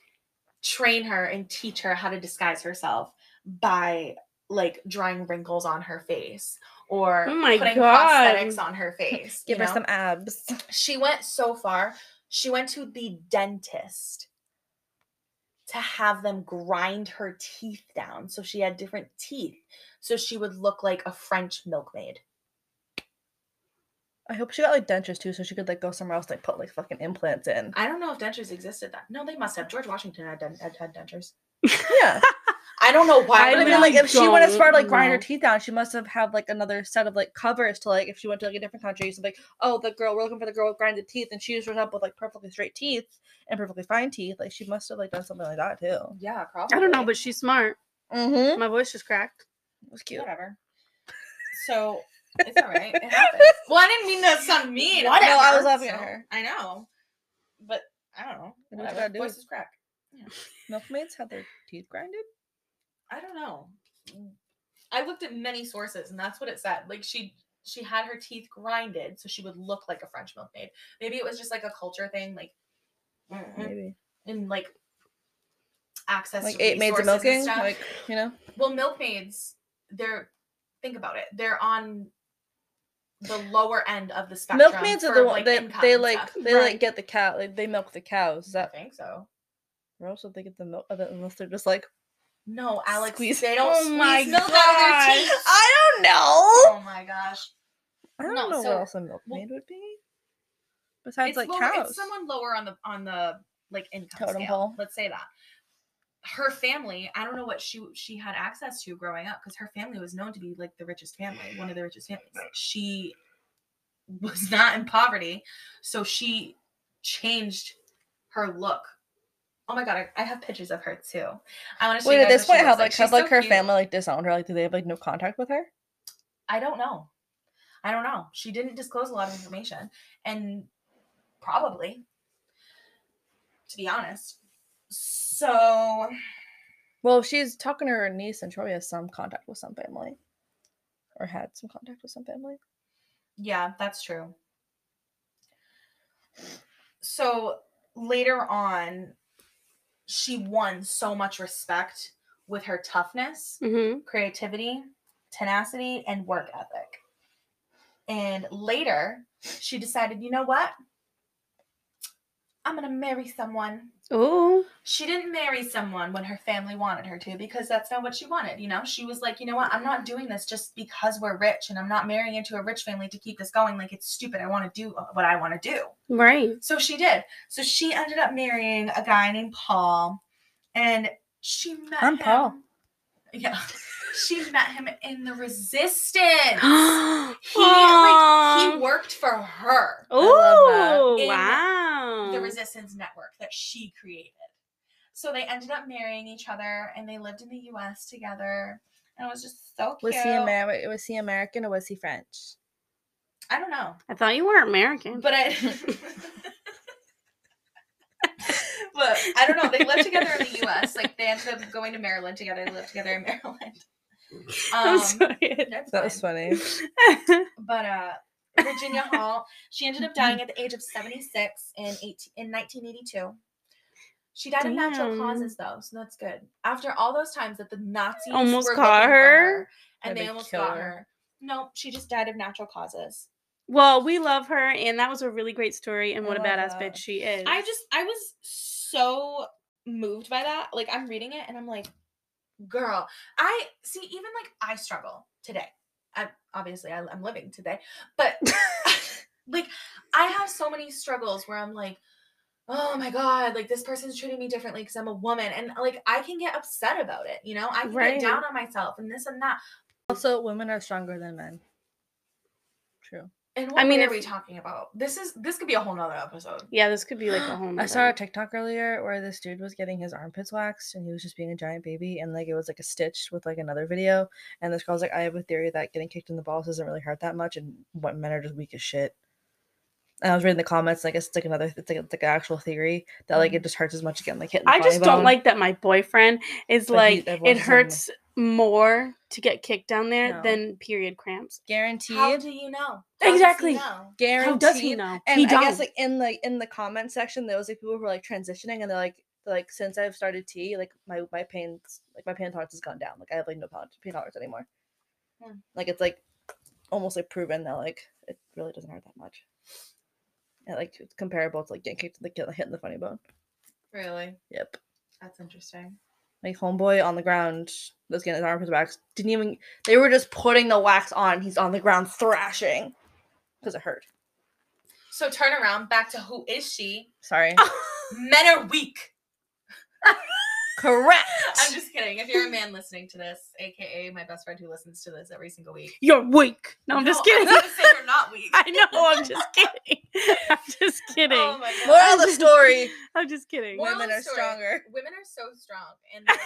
S1: train her and teach her how to disguise herself by like drawing wrinkles on her face or
S3: Oh my
S1: putting
S3: God.
S1: prosthetics on her face.
S2: Give
S1: you
S2: her
S1: know?
S2: some abs.
S1: she went so far she went to the dentist to have them grind her teeth down so she had different teeth so she would look like a french milkmaid
S2: I hope she got like dentures too, so she could like go somewhere else, like put like fucking implants in.
S1: i don't know if dentures existed then no they must have george washington had, dent- had, had dentures
S2: Yeah.
S1: i don't know why
S3: I
S2: But I mean,
S3: literally
S2: like if she went as far to, like grind her
S3: don't know.
S2: teeth down, she must have had like another set of like covers to like if she went to like a different country. So like, oh, the girl we're looking for the girl with grinded teeth, and she shows up with like perfectly straight teeth and perfectly fine teeth. Like she must have like done something like that too.
S1: yeah probably
S3: I don't know, but she's smart.
S2: Mm-hmm.
S3: My voice just cracked.
S2: It was cute.
S1: whatever so it's all right it happens. well i didn't mean that to sound mean
S2: Whatever. No, I
S1: whatever,
S2: was laughing at
S1: so-
S2: her.
S1: i know but i don't know
S2: What you
S1: whatever.
S2: gotta do.
S1: voice is crack
S2: Milkmaids had their teeth grinded.
S1: I don't know. Mm. I looked at many sources and that's what it said. Like she she had her teeth grinded so she would look like a French milkmaid. Maybe it was just like a culture thing, like mm,
S2: Maybe
S1: and like access
S2: Mm-hmm. like
S1: to
S2: eight maids of
S1: resources and
S2: milking.
S1: stuff.
S2: Like you know,
S1: well, milkmaids, they're think about it. They're on the lower end of the spectrum.
S2: milkmaids are
S1: for,
S2: the one
S1: like,
S2: they
S1: income
S2: they
S1: and
S2: like
S1: stuff.
S2: they
S3: Right.
S2: like get the cow like they milk the cows. Is
S1: I
S2: that
S1: think so.
S2: or also they get the milk of it unless they're just like
S1: No, Alex,
S2: Squeeze-
S1: they don't
S3: Oh
S1: squeeze
S3: my
S1: milk out of their teeth.
S3: gosh.
S2: I don't know.
S1: Oh my gosh.
S2: I don't
S1: No,
S2: know
S1: so-
S2: what else a milkmaid would be. Besides
S1: it's
S2: like
S1: lower,
S2: cows.
S1: It's someone lower on the on the like income
S2: Totem
S1: scale.
S2: pole.
S1: Let's say that. Her family, I don't know what she she had access to growing up because her family was known to be like the richest family, one of the richest families. She was not in poverty, so she changed her look. Oh my god, I, I have pictures of her too. I want to show
S2: Wait,
S1: you
S2: at
S1: guys
S2: this
S1: what
S2: point,
S1: she looks
S2: have like
S1: She's
S2: have like
S1: so
S2: her
S1: cute.
S2: family like disowned her? Like, do they have like no contact with her?
S1: I don't know. I don't know. She didn't disclose a lot of information, and probably, to be honest. So
S2: Well, if she's talking to her niece, and she probably has some contact with some family, or had some contact with some family.
S1: yeah, that's true. So later on, she won so much respect with her toughness.
S3: Mm-hmm.
S1: creativity, tenacity, and work ethic. And later, she decided, you know what? I'm going to marry someone.
S3: Oh.
S1: She didn't marry someone when her family wanted her to because that's not what she wanted. You know, she was like, you know what? I'm not doing this just because we're rich and I'm not marrying into a rich family to keep this going. Like, it's stupid. I want to do uh, what I want to do.
S3: Right.
S1: So she did. So she ended up marrying a guy named Paul, and she met
S2: I'm
S1: him.
S2: Paul.
S1: Yeah, she met him in the resistance. he
S3: he
S1: like he worked for her,
S3: Oh
S1: In
S3: wow.
S1: the resistance network that she created. So they ended up marrying each other, and they lived in the U.S. together, and it was just so cute.
S2: Was he American? Was he American or was he French?
S1: I don't know,
S3: I thought you were American.
S1: but I. but I don't know. They lived together in the U.S. Like they ended up going to Maryland together. They lived together in Maryland.
S3: I'm
S1: Um,
S3: sorry.
S1: that's
S2: That was
S1: fine.
S2: funny.
S1: But uh, Virginia Hall, she ended up dying at the age of 76 in 18, in 1982. She died of natural
S3: Damn.
S1: causes, though, so that's good. After all those times that the Nazis
S3: Almost
S1: were
S3: caught
S1: looking for
S3: her?
S1: and
S2: Had
S1: they
S2: to
S1: almost
S2: kill
S1: got
S2: her.
S1: her. No, she just died of natural causes.
S3: well, we love her, and that was a really great story. And
S2: I
S3: what a
S2: love
S3: badass
S2: that.
S3: bitch she is.
S1: I just I was so moved by that. Like I'm reading it and I'm like, girl, I see even like I struggle today. I obviously I, I'm living today, but like I have so many struggles where I'm like, oh my god, like this person's treating me differently because I'm a woman, and like I can get upset about it. You know, I can
S3: Right.
S1: get down on myself and this and that.
S2: Also, women are stronger than men. True.
S1: And what
S3: I mean,
S1: way
S3: if-
S1: are we talking about? This is this could be a whole nother episode.
S3: yeah, this could be like a whole.
S2: I saw a
S3: nother-
S2: TikTok earlier where this dude was getting his armpits waxed and he was just being a giant baby and like it was like a stitch with like another video and this girl's like I have a theory that getting kicked in the balls doesn't really hurt that much and what men are just weak as shit. And I was reading the comments. And I guess it's like another. It's like, it's like an actual theory that like it just hurts as much again. Like hitting. the
S3: Mm. I
S2: funny
S3: just don't
S2: bone.
S3: like that my boyfriend is
S2: But he-
S3: like
S2: everyone
S3: it
S2: is on the-
S3: hurts more to get kicked down there
S2: No.
S3: than period cramps.
S2: guaranteed.
S1: How do you know?
S3: Exactly.
S1: How
S2: guaranteed.
S3: How does he know?
S2: And
S3: he
S2: I
S3: don't.
S2: guess like in the in the comment section, there was like people who were like transitioning, and they're like they're, like since I've started tea, like my my pains like my pain tolerance has gone down. Like I have like no pain pain tolerance anymore.
S1: Hmm.
S2: Like it's like almost like proven that like it really doesn't hurt that much. And like it's comparable to like getting kicked in the kill, hitting the funny bone.
S1: do you know? Really?
S2: Yep.
S1: That's interesting.
S2: Like homeboy on the ground was getting his armpits waxed. Didn't even they were just putting the wax on. He's on the ground thrashing because it hurt.
S1: So turn around back to who is she?
S2: Sorry.
S1: Men are weak.
S2: Correct.
S1: I'm just kidding. If you're a man listening to this, aka my best friend who listens to this every single week.
S3: You're weak. No, I'm just kidding.
S1: I was gonna say you're not weak.
S3: I know. I'm just kidding. I'm just kidding.
S1: Oh my god.
S2: Moral of the story.
S3: I'm just kidding.
S1: Moral
S2: women
S1: of the
S2: are
S1: story,
S2: stronger.
S1: Women are so strong, and like,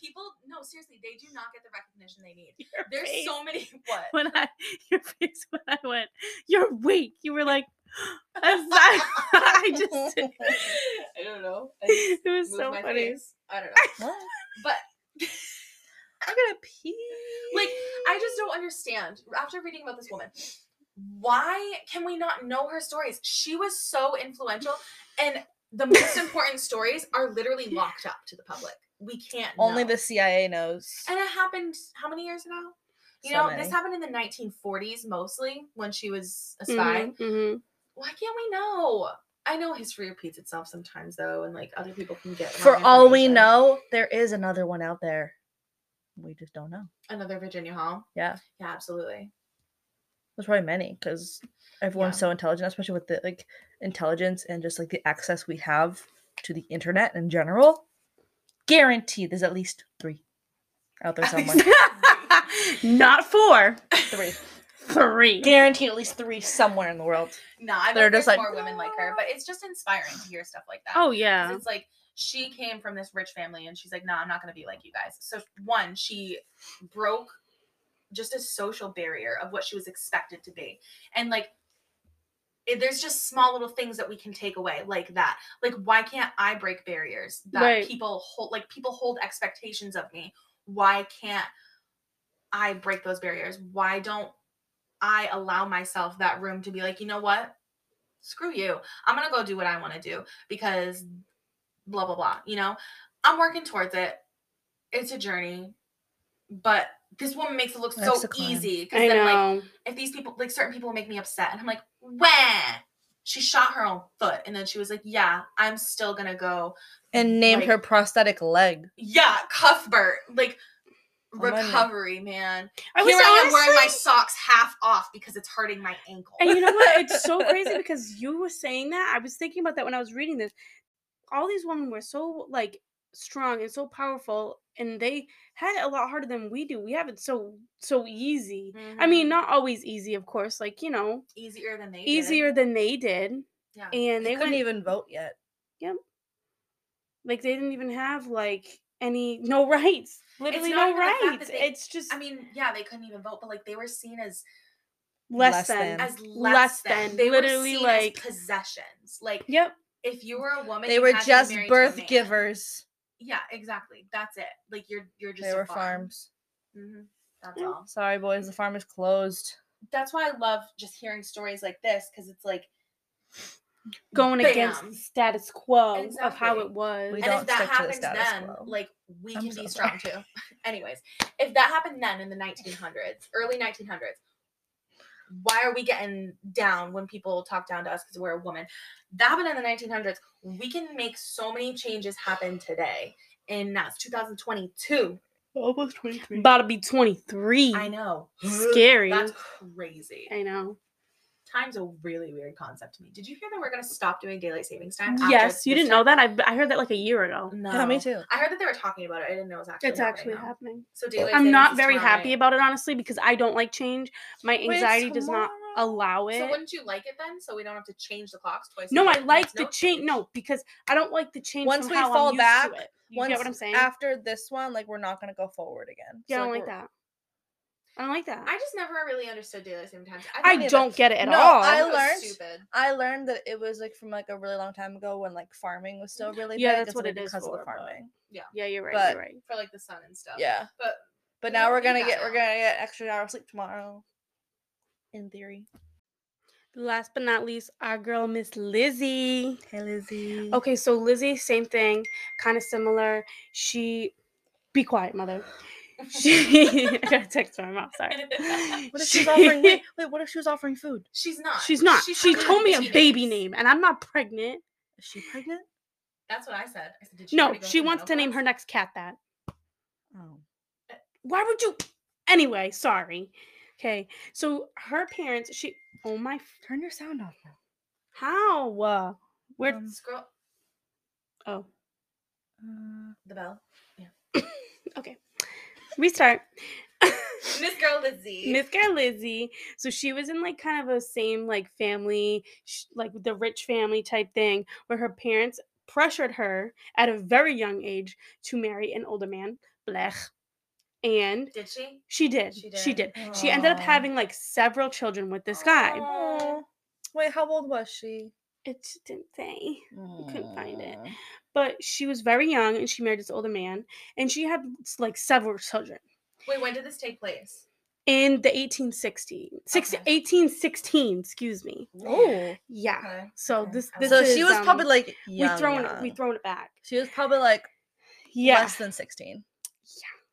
S1: people. No, seriously, they do not get the recognition they need.
S3: Your
S1: There's
S3: face
S1: so many. What?
S3: when I your face when I went, you're weak. You were like, I'm sorry. I just did-
S1: I don't know. I just
S3: it was
S1: moved
S3: so
S1: my
S3: funny.
S1: face. I don't know,
S2: What?
S1: but
S2: I'm gonna pee.
S1: Like, I just don't understand after reading about this woman. Why can we not know her stories? She was so influential, and the most important stories are literally locked up to the public. We can't
S2: only
S1: know.
S2: the CIA knows.
S1: And it happened how many years ago? You
S2: So
S1: know,
S2: many.
S1: this happened in the 1940s mostly when she was
S2: Mm-hmm.
S1: a spy.
S3: Mhm, mhm.
S1: Why can't we know? I know history repeats itself sometimes though, and like other people can get
S2: For
S1: wrong
S2: all we
S1: information.
S2: know, there is another one out there. We just don't know.
S1: Another Virginia Hall.
S2: Yeah,
S1: Yeah, absolutely.
S2: there's probably many because everyone's
S1: Yeah.
S2: so intelligent, especially with the like intelligence and just like the access we have to the internet in general. Guaranteed, there's at least three out there
S1: At least
S2: somewhere.
S3: Not four,
S2: three.
S3: three.
S2: Guaranteed, at least three somewhere in the world.
S1: No, I
S2: They're
S1: bet
S2: just
S1: there's
S2: like,
S1: more women like her, but it's just inspiring to hear stuff like that.
S3: Oh
S1: 'Cause
S3: yeah.
S1: it's like she came from this rich family and she's like, no, I'm not gonna be like you guys. So one, she broke just a social barrier of what she was expected to be. And like it, there's just small little things that we can take away like that. Like why can't I break barriers that
S3: Right.
S1: people hold like people hold expectations of me? Why can't I break those barriers? Why don't I allow myself that room to be like, you know what? Screw you. I'm going to go do what I want to do because blah, blah, blah. You know, I'm working towards it. It's a journey. But this woman makes it look so
S2: Life's a climb.
S1: easy. Because
S3: I
S1: then, like,
S3: know.
S1: if these people, like, certain people make me upset. And I'm like, when? She shot her own foot. And then she was like, yeah, I'm still going to go.
S2: And named
S1: like,
S2: her prosthetic leg.
S1: Yeah, Cuthbert. Like,
S2: Oh, my neck.
S1: recovery, man.
S3: I
S1: Here I am wearing my
S3: honestly-
S1: socks half off because it's hurting my ankle.
S3: And you know what? It's so crazy because you were saying that. I was thinking about that when I was reading this. All these women were so like strong and so powerful, and they had it a lot harder than we do. We have it so so easy. I mean,
S1: Mhm.
S3: not always easy, of course. Like you know,
S1: easier than they did.
S3: easier than they did,
S1: Yeah.
S3: and
S2: They
S3: they
S2: couldn't
S3: wouldn't
S2: even vote yet.
S3: like they didn't even have like any no rights. Literally
S1: not
S3: no
S1: even the fact that
S3: rights.
S1: they-
S3: it's just
S1: I mean, yeah, they couldn't even vote, but like they were seen as
S3: less,
S2: less
S3: than.
S2: than.
S1: as less,
S3: Less
S1: than.
S3: than,
S1: They
S3: literally,
S1: were seen
S3: like-
S1: as possessions. Like
S3: Yep.
S1: if you were a woman,
S2: They
S1: you
S2: were
S1: had to be
S2: just
S1: married to a
S2: birth
S1: man.
S2: givers.
S1: Yeah, exactly. That's it. Like you're you're just
S2: They
S1: a
S2: were
S1: farm.
S2: farms.
S1: hmm That's
S3: Mm.
S1: all.
S2: Sorry, boys, the farm is closed.
S1: That's why I love just hearing stories like this because it's like,
S3: Going against
S1: Bam.
S3: the status quo of how
S1: Exactly.
S3: it was.
S2: We
S1: and
S2: don't
S1: if that
S2: stick to the
S1: happens
S2: status
S1: then,
S2: quo.
S1: like we
S2: I'm
S1: can
S2: so
S1: be strong too. Anyways, if that happened then in the 1900s, early 1900s, why are we getting down when people talk down to us because we're a woman? That happened in the 1900s. We can make so many changes happen today, and now it's 2022.
S3: Almost 23. About to be 23.
S1: I know.
S3: Scary.
S1: That's crazy.
S3: I know.
S1: Time's a really weird concept to me. Did you hear that we're gonna stop doing daylight savings time? after
S3: yes, you
S1: this
S3: didn't
S1: time?
S3: know that? I, I heard that like a year ago.
S1: No.
S2: Yeah, me too.
S1: I heard that they were talking about it. I didn't know it was actually
S3: It's actually
S1: now.
S3: happening.
S1: So daylight
S3: I'm
S1: savings
S3: not
S1: is
S3: very
S1: tomorrow
S3: happy
S1: night.
S3: about it, honestly, because I don't like change. My
S2: Wait,
S3: anxiety does not
S2: tomorrow?
S3: allow it.
S1: So wouldn't you like it then? So we don't have to change the clocks twice. a
S3: no,
S1: year?
S3: I
S1: That's
S3: like the
S1: no
S3: change. No, because I don't like the change.
S2: Once
S3: from
S2: we
S3: how I'm
S2: fall
S3: used to
S2: back,
S3: it. you
S2: Once
S3: get what I'm saying?
S2: After this one, like we're not gonna go forward again.
S3: yeah, I
S2: So,
S3: don't like
S2: we're-
S3: that. I don't like that.
S1: I just never really understood daylight saving time.
S3: I,
S1: thought it
S3: don't get it at
S2: No,
S3: all.
S1: was- thought
S2: I
S1: it was
S2: learned-
S1: Stupid.
S2: I learned that it was like from like a really long time ago when like farming was still really
S3: Yeah,
S2: big.
S3: that's
S2: it's
S3: what
S2: only
S3: it is
S2: because of the
S3: for, but-
S2: farming.
S3: yeah, you're right.
S2: but-
S3: you're right.
S1: for like the sun and stuff.
S2: Yeah,
S1: But we
S2: but now
S1: don't
S2: we're
S1: do
S2: gonna
S1: that
S2: get
S1: now.
S2: we're gonna get extra hour of sleep tomorrow. In theory.
S3: Last but not least, our girl Miss Lizzie.
S2: Hey Lizzie.
S3: Okay, so Lizzie, same thing, kind of similar. She, be quiet, mother. She, I got a text from her mom. Sorry.
S2: What if she's offering? Wait, wait, what if she was offering food?
S1: she's not.
S3: She's not. she
S1: talking
S3: told
S1: to
S3: me a baby
S1: teenagers.
S3: name, and I'm not pregnant.
S2: Is she pregnant?
S1: That's what I said. I said Did she
S3: No,
S1: already go
S3: she
S1: through
S3: wants to name her
S1: menopause?
S3: next cat that.
S2: Oh.
S3: Why would you? Anyway, sorry. Okay, so her parents. She. Oh my. f-
S2: Turn your sound off now.
S3: How? Uh, Where?
S2: Um,
S1: Scroll
S3: oh.
S2: Uh,
S1: the bell.
S3: Okay. Restart.
S1: Miss Girl Lizzie.
S3: Miss Guy Lizzie. So she was in like kind of a same like family, sh- like the rich family type thing, where her parents pressured her at a very young age to marry an older man. Blech. And
S1: Did she?
S3: she did.
S1: She
S3: She did. She,
S1: did.
S3: ended up
S2: Aw.
S3: having like several children with this guy.
S1: Aw.
S2: oh. Wait, how old was she?
S3: It just didn't say. couldn't find it.
S2: Mm.
S3: But she was very young and she married this older man. And she had s- like several children.
S1: Wait, when did this take place?
S3: In the 1816, six-
S1: Okay.
S3: 1816, excuse me.
S2: Oh.
S3: Yeah.
S1: Okay.
S3: So
S1: Okay.
S3: this,
S1: I
S3: this
S2: So
S1: This
S2: she
S3: is,
S2: was
S3: um,
S2: probably like
S3: we
S2: young,
S3: thrown it, we
S2: young.
S3: thrown it back.
S2: She was probably like
S3: Yeah.
S2: less than sixteen.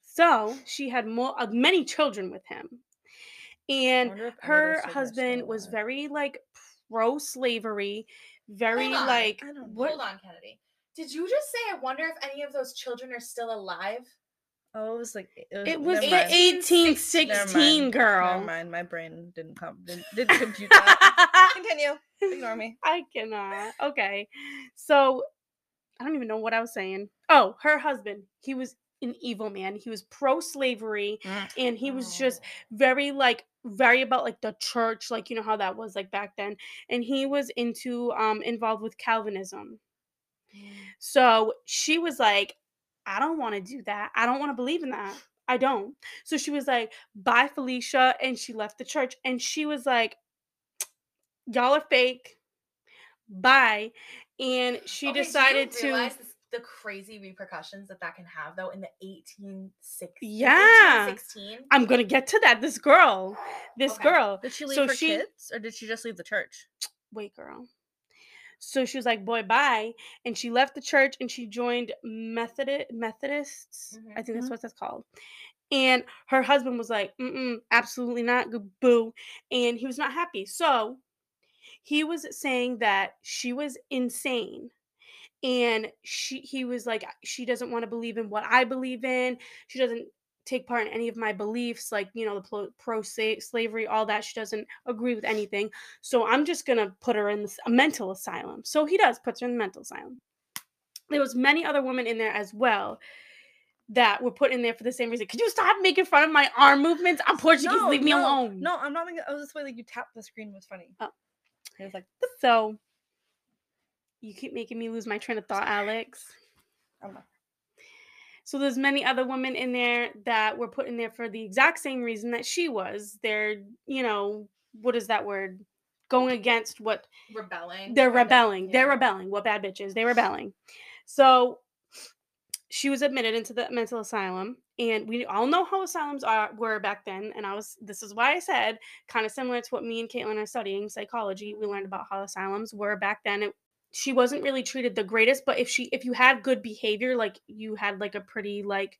S3: So she had more uh, many children with him,
S2: I
S3: and
S2: wonder if any of those
S3: her
S2: children are
S3: husband
S2: still
S3: was
S2: alive.
S3: very like pro slavery, very
S1: on,
S3: like
S2: I don't
S3: what?
S1: Hold on, Kennedy. Did you just say I wonder if any of those children are still alive?
S2: Oh, it was like it was.
S3: It was
S2: never
S3: the
S2: mind.
S1: eight-
S3: 1816
S2: Never mind. Never
S3: girl.
S2: mind. My brain didn't come. Didn't, didn't compute that. Continue. Ignore me.
S3: I cannot. Okay. So I don't even know what I was saying. Oh, her husband. He was an evil man. He was pro slavery
S2: Mm.
S3: and he was
S1: Oh.
S3: just very like very about like the church like you know how that was like back then and he was into um involved with calvinism
S1: Mm.
S3: so she was like i don't want to do that i don't want to believe in that i don't so she was like bye felicia and she left the church and she was like y'all are fake bye and she
S1: Okay, do you
S3: decided to
S1: realize this- the crazy repercussions that that can have though in the 1860s.
S3: Yeah.
S1: 1816.
S3: i'm gonna get to that this girl this
S1: Okay.
S3: girl
S2: Did she leave
S3: So
S2: her
S3: she-
S2: kids, or did she just leave the church?
S3: wait girl so she was like boy bye and she left the church and she joined methodist methodists
S1: Mhm.
S3: i think that's
S2: Mhm.
S3: what that's called and her husband was like Mm-mm, absolutely not goo- boo and he was not happy so he was saying that she was insane and she he was like she doesn't want to believe in what i believe in she doesn't take part in any of my beliefs like you know the pro slavery all that she doesn't agree with anything so i'm just gonna put her in this, a mental asylum so he does puts her in the mental asylum there was many other women in there as well that were put in there for the same reason could you stop making fun of my arm movements i'm portuguese leave me
S2: no,
S3: alone
S2: No, I'm not. Making, oh, this way like you tap the screen was funny.
S3: Oh.
S2: It was like
S3: so you keep making me lose my train of thought alex
S2: I'm not.
S3: So there's many other women in there that were put in there for the exact same reason that she was. They're, you know, what is that word? going against what
S1: rebelling.
S3: they're
S1: kind of,
S3: rebelling. They're
S1: yeah.
S3: rebelling. What bad bitches? They're rebelling. So she was admitted into the mental asylum, and we all know how asylums are were back then. And I was this is why I said kind of similar to what me and Caitlin are studying psychology. We learned about how asylums were back then. It, she wasn't really treated the greatest, but if she if you had good behavior, like you had like a pretty like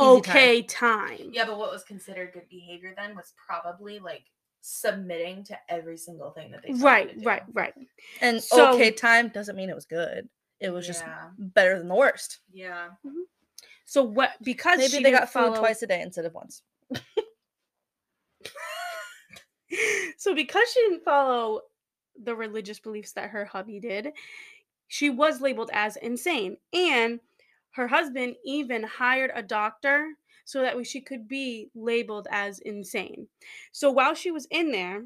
S2: Easy time.
S3: okay time.
S1: Yeah, but what was considered good behavior then was probably like submitting to every single thing that they told you
S3: Right,
S1: to do.
S3: right, right.
S2: And
S3: So-
S2: okay, time doesn't mean it was good. It was just
S1: yeah,
S2: better than the worst.
S1: yeah.
S3: So what because
S2: Maybe
S3: she
S2: they
S3: didn't
S2: got food
S3: follow,
S2: twice a day instead of once.
S3: so because she didn't follow the religious beliefs that her hubby did, she was labeled as insane. And her husband even hired a doctor so that way she could be labeled as insane. So while she was in there,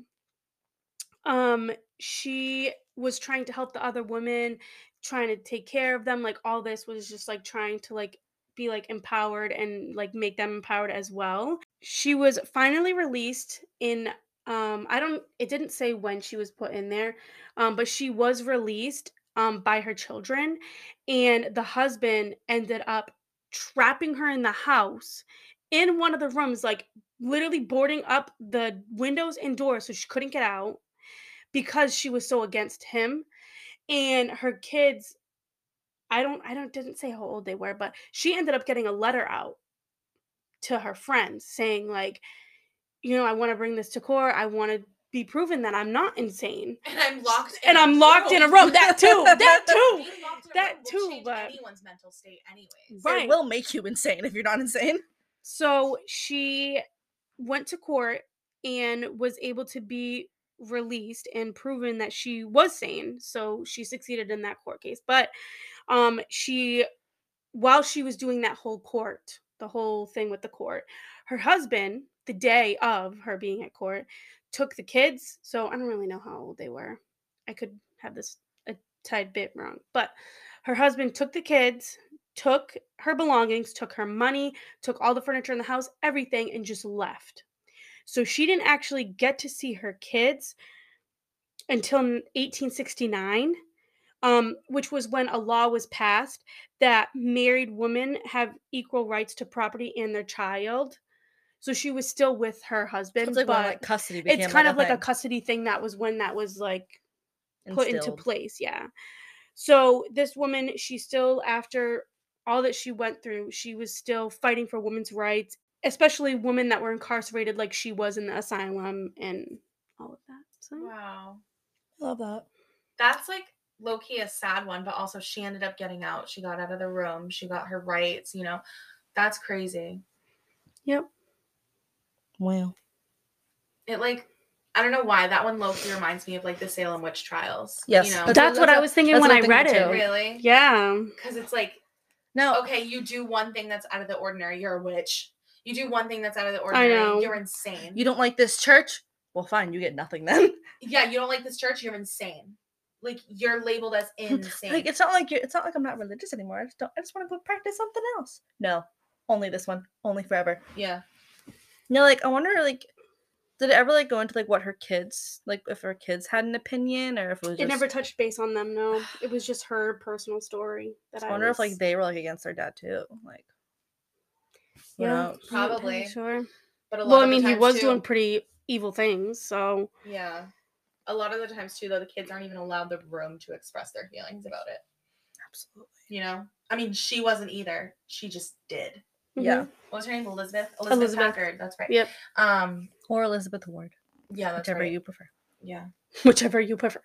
S3: um she was trying to help the other women, trying to take care of them, like all this was just like trying to like be like empowered and like make them empowered as well. She was finally released in um I don't it didn't say when she was put in there, um but she was released um by her children and the husband ended up trapping her in the house in one of the rooms like literally boarding up the windows and doors so she couldn't get out because she was so against him and her kids i don't i don't didn't say how old they were but she ended up getting a letter out to her friends saying like you know i want to bring this to court i want to be proven that i'm not insane
S1: And I'm locked.
S3: and
S1: a
S3: I'm locked in a room. That too. That too.
S1: Being locked in a
S3: That
S1: room will
S3: too,
S1: change
S3: but-
S1: anyone's mental state, anyways.
S3: Right.
S2: It will make you insane if you're not insane.
S3: So she went to court and was able to be released and proven that she was sane. So she succeeded in that court case. But um she while she was doing that whole court, the whole thing with the court, her husband, the day of her being at court, took the kids. So I don't really know how old they were. I could have this a tad bit wrong. But her husband took the kids, took her belongings, took her money, took all the furniture in the house, everything, and just left. So she didn't actually get to see her kids until n- 1869, um, which was when a law was passed that married women have equal rights to property and their child. So she was still with her husband,
S2: It's like when
S3: but
S2: like custody became
S3: it's kind
S2: a
S3: of like a
S2: thing.
S3: custody thing that was when that was like put into
S2: Instilled.
S3: place. Yeah. So this woman, she still, after all that she went through, she was still fighting for women's rights, especially women that were incarcerated, like she was in the asylum and all of that. So
S1: Wow.
S2: I love that.
S1: That's like low key a sad one, but also she ended up getting out. She got out of the room. She got her rights. You know, that's crazy.
S2: Wow.
S1: It like I don't know why that one low key reminds me of like the Salem witch trials.
S2: Yes,
S1: You know.
S2: but-
S3: that's what I
S2: that's-
S3: was thinking
S2: that's
S3: when
S2: what
S3: I
S2: I'm
S3: read
S2: thinking
S3: it.
S2: too.
S1: really.
S3: Yeah.
S1: Because it's like
S2: Now,
S1: okay, you do one thing that's out of the ordinary, you're a witch. You do one thing that's out of the ordinary,
S3: know.
S1: you're insane.
S2: you don't like this church? Well, fine, you get nothing then.
S1: yeah, you don't like this church, you're insane. Like you're labeled as insane.
S2: Like it's not like you're, it's not like I'm not religious anymore. I just don't. I just want to go practice something else. No, only this one, only forever.
S1: yeah.
S2: No, like I wonder, like, did it ever like go into like what her kids, like if her kids had an opinion or if it was
S3: It
S2: just,
S3: never touched base on them, no. It was just her personal story that I,
S2: I wonder if like
S3: was-
S2: they were like against their dad too, like. you
S3: Yeah,
S2: know,
S3: I'm not entirely
S1: Probably.
S3: Sure.
S1: But a lot
S3: Well, I
S1: of the
S3: mean, he
S1: times,
S3: was
S1: too-
S3: doing pretty evil things, so
S1: Yeah. A lot of the times too though, the kids aren't even allowed the room to express their feelings about it.
S2: absolutely.
S1: You know? I mean, she wasn't either. She just did.
S3: mm-hmm.
S2: Yeah,
S1: What was her name? Elizabeth? Elizabeth,
S3: Elizabeth.
S1: Packard. That's right.
S3: Yep.
S1: Um
S2: or Elizabeth Ward,
S1: yeah, that's
S2: whichever
S1: right.
S2: you prefer.
S1: yeah.
S3: whichever you prefer.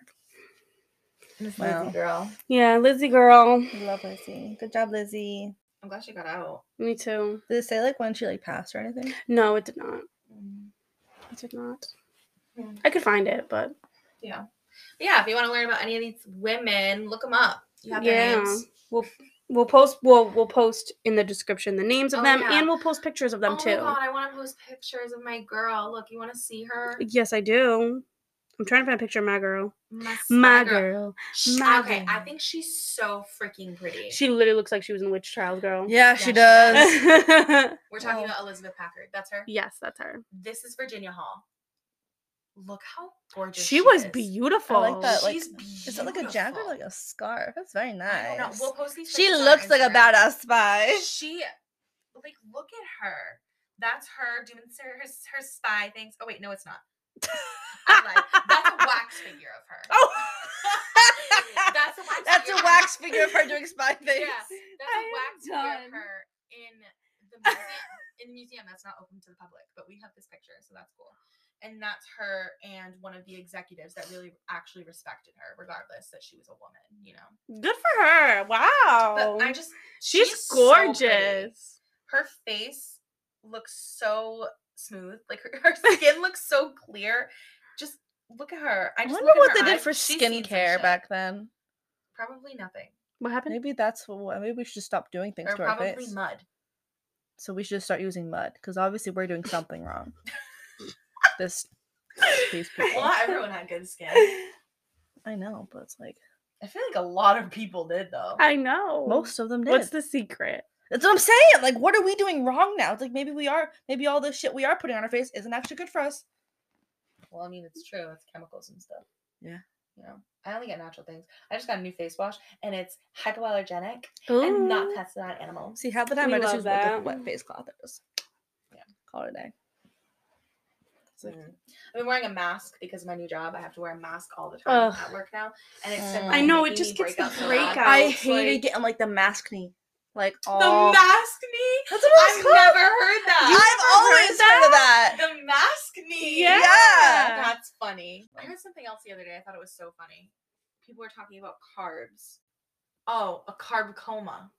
S1: Miss
S2: Wow.
S1: Lizzie girl.
S3: Yeah, Lizzie girl.
S2: I love Lizzie. Good job, Lizzie.
S1: I'm glad she got out.
S3: Me too.
S2: Did it say like when she like passed or anything?
S3: No, it did not.
S1: Mm.
S3: It did not.
S1: Hmm.
S3: I could find it, but
S1: Yeah, if you want to learn about any of these women, look them up. You have their
S3: Yeah.
S1: names.
S3: we'll post we'll we'll post in the description the names of
S1: Oh,
S3: them
S1: yeah.
S3: and we'll post pictures of them
S1: oh
S3: too.
S1: my god, I want to post pictures of my girl. Look, you want to see her?
S3: Yes, I do. I'm trying to find a picture of my girl.
S1: My,
S3: My girl.
S1: Sh-
S3: My
S1: okay, I
S3: girl.
S1: think she's so freaking pretty.
S3: She literally looks like she was in Witch Trials Girl.
S2: Yeah,
S1: she
S2: she does.
S1: We're talking
S2: Wow.
S1: about Elizabeth Packard. That's her.
S3: yes, that's her.
S1: This is Virginia Hall. Look how gorgeous
S3: She was
S1: is.
S3: beautiful.
S2: that, like-
S1: She's
S2: Is it like a jacket or like
S1: beautiful.
S2: a scarf? That's
S1: I
S2: very
S1: don't know.
S2: nice.
S1: We'll post these
S2: she
S1: pictures on
S2: looks like a
S1: Instagram.
S2: badass eh? spy.
S1: She, like, look at her. That's her doing her, her spy things. Oh wait, no, it's not. I lied. That's a wax figure of her.
S2: Oh,
S1: that's a wax.
S2: that's a
S1: figure.
S2: wax figure of her doing spy things.
S1: Yeah, that's a
S3: I am
S1: wax figure
S3: done.
S1: of her in the museum. in the museum, that's not open to the public, but we have this picture, so that's cool. And that's her and one of the executives that really actually respected her, regardless that she was a woman. You know,
S3: Good for her.
S2: Oh,
S3: Wow.
S1: but I just
S3: she's,
S1: she's so pretty.
S3: gorgeous.
S1: her face looks so smooth. Like her, her skin looks so clear. Just look at her. I
S2: I
S1: just
S2: wonder
S1: look at
S2: what they
S1: her
S2: did
S1: eyes,
S2: for
S1: she's seen some
S2: skincare
S1: shit.
S2: back then.
S1: Probably nothing,
S3: What happened?
S2: Maybe that's what. Maybe we should just stop doing things
S1: or
S2: to our
S1: probably
S2: face.
S1: mud.
S2: So we should just start using mud because obviously we're doing something wrong. this, these people.
S1: Well, not everyone had good skin.
S2: I know, but it's like
S1: I feel like a lot of people did though.
S3: I know.
S2: most of them did.
S3: What's the secret?
S2: That's what I'm saying. Like, what are we doing wrong now? It's like maybe we are. Maybe all this shit we are putting on our face isn't actually good for us.
S1: Well, I mean, it's true. It's chemicals and stuff.
S2: Yeah.
S1: You know, I only get natural things. I just got a new face wash, and it's hypoallergenic and not
S3: Ooh.
S1: tested on animals.
S2: See, half the time
S3: We
S2: I just
S3: love
S2: use wet,
S3: that.
S2: like, wet face cloth. I just
S1: Yeah.
S2: call it a day. It's like,
S1: Mm. I've been wearing a mask because of my new job. I have to wear a mask all the time
S3: Ugh.
S1: at work now, and it's
S2: Mm.
S1: been,
S2: I
S1: like,
S3: know, it
S1: making
S3: just
S1: me
S3: gets
S1: break
S3: the
S1: out so bad.
S3: breakout.
S2: I
S3: it's
S2: hated
S3: like-
S2: getting like the mask knee, like all.
S1: The mask knee.
S2: That's what
S1: I've never heard
S2: I've
S1: that.
S3: never heard
S2: always heard of that.
S1: The mask knee.
S3: Yeah.
S2: Yeah.
S1: That's funny. I heard something else the other day. I thought it was so funny. People were talking about carbs. Oh, a carb coma.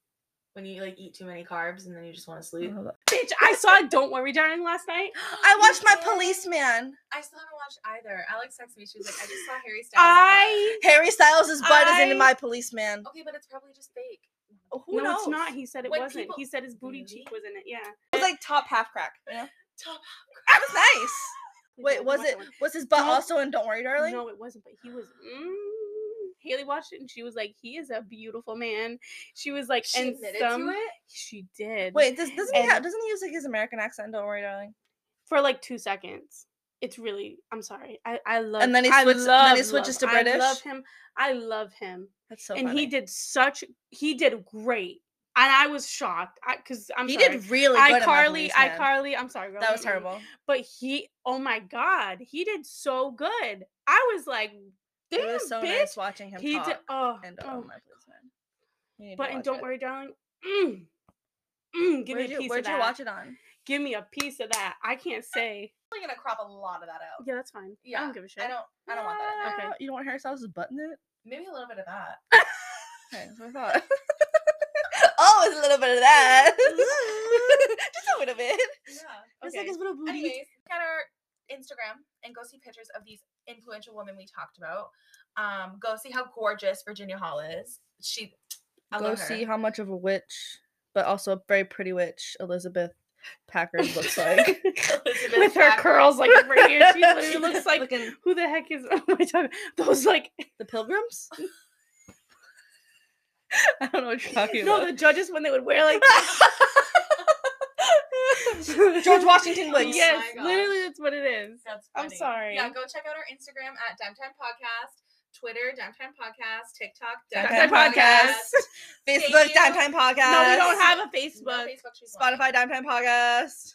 S1: When you like eat too many carbs and then you just want to sleep.
S3: Uh-huh. Bitch, I saw Don't Worry Darling last night.
S2: I watched my
S1: Yeah.
S2: policeman.
S1: I still haven't watched either. Alex texted me. She was like, I just saw Harry Styles.
S3: I
S2: Harry Styles' butt is
S3: I-
S2: in my policeman.
S1: Okay, but it's probably just fake.
S2: Who
S3: no,
S2: knows? Mm-hmm.
S3: it's not. He said it
S1: When
S3: wasn't.
S1: people-
S3: He said his booty
S1: Really?
S3: cheek was in it. Yeah.
S2: It was like top half crack. You know,
S1: Top.
S2: that was nice.
S3: Like,
S2: Wait,
S3: don't
S2: was
S3: watch
S2: it
S3: one.
S2: was his butt
S3: Don't-
S2: also in Don't Worry, Darling?
S3: No, it wasn't. But he was. Mm, Haley watched it and she was like, "He is a beautiful man." She was like,
S1: She
S3: and
S1: admitted
S3: some,
S1: to it.
S3: She did.
S2: Wait, does, doesn't he
S3: And-
S2: have, doesn't he use like his American accent? in Don't worry, darling.
S3: for like two seconds. It's really. I'm sorry. I I love.
S2: then he
S3: I
S2: switch- and then he
S3: love,
S2: switches
S3: love-
S2: to
S3: I love
S2: British?
S3: him. I love him.
S2: That's so.
S3: and
S2: funny.
S3: he did such. He did great. And I was shocked because I'm
S2: He
S3: sorry.
S2: did really good. in My
S3: iCarly,
S2: Policeman.
S3: iCarly. I'm sorry, girl.
S2: That was
S3: Mm-mm.
S2: terrible.
S3: But he, oh my god, he did so good. I was like, damn,
S2: it was so
S3: bitch.
S2: nice watching him
S3: he
S2: talk.
S3: did. Oh,
S2: and
S3: oh
S2: oh,
S3: my-
S2: my policeman. You need to
S3: but and
S2: watch
S3: don't
S2: it.
S3: worry, darling. Mm, mm, give
S2: where'd
S3: me a
S2: you,
S3: piece
S2: where'd
S3: of
S2: you
S3: that.
S2: watch it on?
S3: Give me a piece of that. I can't say.
S1: I'm gonna crop a lot of that out.
S3: Yeah, that's fine. I
S1: Yeah,
S3: don't give a shit.
S1: I don't. I don't want that. in there.
S3: Okay.
S2: Ah, You don't want Harry Styles' butt in it?
S1: Maybe a little bit of that.
S2: Okay, that's what I thought. Always a little bit of that. Just a little bit.
S1: Yeah.
S2: Just
S3: Okay.
S2: like his little booty.
S1: Anyways, look at our Instagram and go see pictures of these influential women we talked about. Um, go see how gorgeous Virginia Hall is. She, I
S2: Go
S1: love her.
S2: see how much of a witch, but also a very pretty witch, Elizabeth Packard looks like.
S1: Elizabeth
S3: With her
S1: Packard.
S3: curls like right here, she literally looks like.
S2: Looking-
S3: Who the heck is? Oh my god, those like
S2: the pilgrims. I don't know what you're talking
S3: no, the
S2: about.
S3: judges when they would wear like
S2: George Washington
S1: Oh
S2: wigs.
S1: yeah.
S3: yes,
S1: my
S3: literally that's what it is.
S1: That's
S3: I'm
S1: funny.
S3: sorry.
S1: Yeah, go check out our Instagram at Downtown Podcast, Twitter Downtown Podcast, TikTok
S2: Downtime
S3: Downtime
S2: Podcast.
S1: Thank
S2: Facebook
S1: you.
S2: Downtime Podcast.
S3: No, we don't have a
S1: No
S3: Facebook.
S1: Facebook, she's lying.
S2: Spotify Downtime Podcast.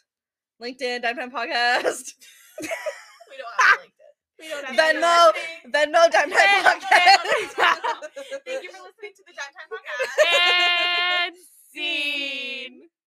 S2: LinkedIn Downtime Podcast.
S1: We don't have a link.
S3: We don't have
S1: Thank you for
S3: a
S2: Venmo.
S1: listening.
S2: Venmo Downtime
S3: And-
S2: Podcast.
S1: Thank you for listening to the Downtown Podcast.
S3: and scene.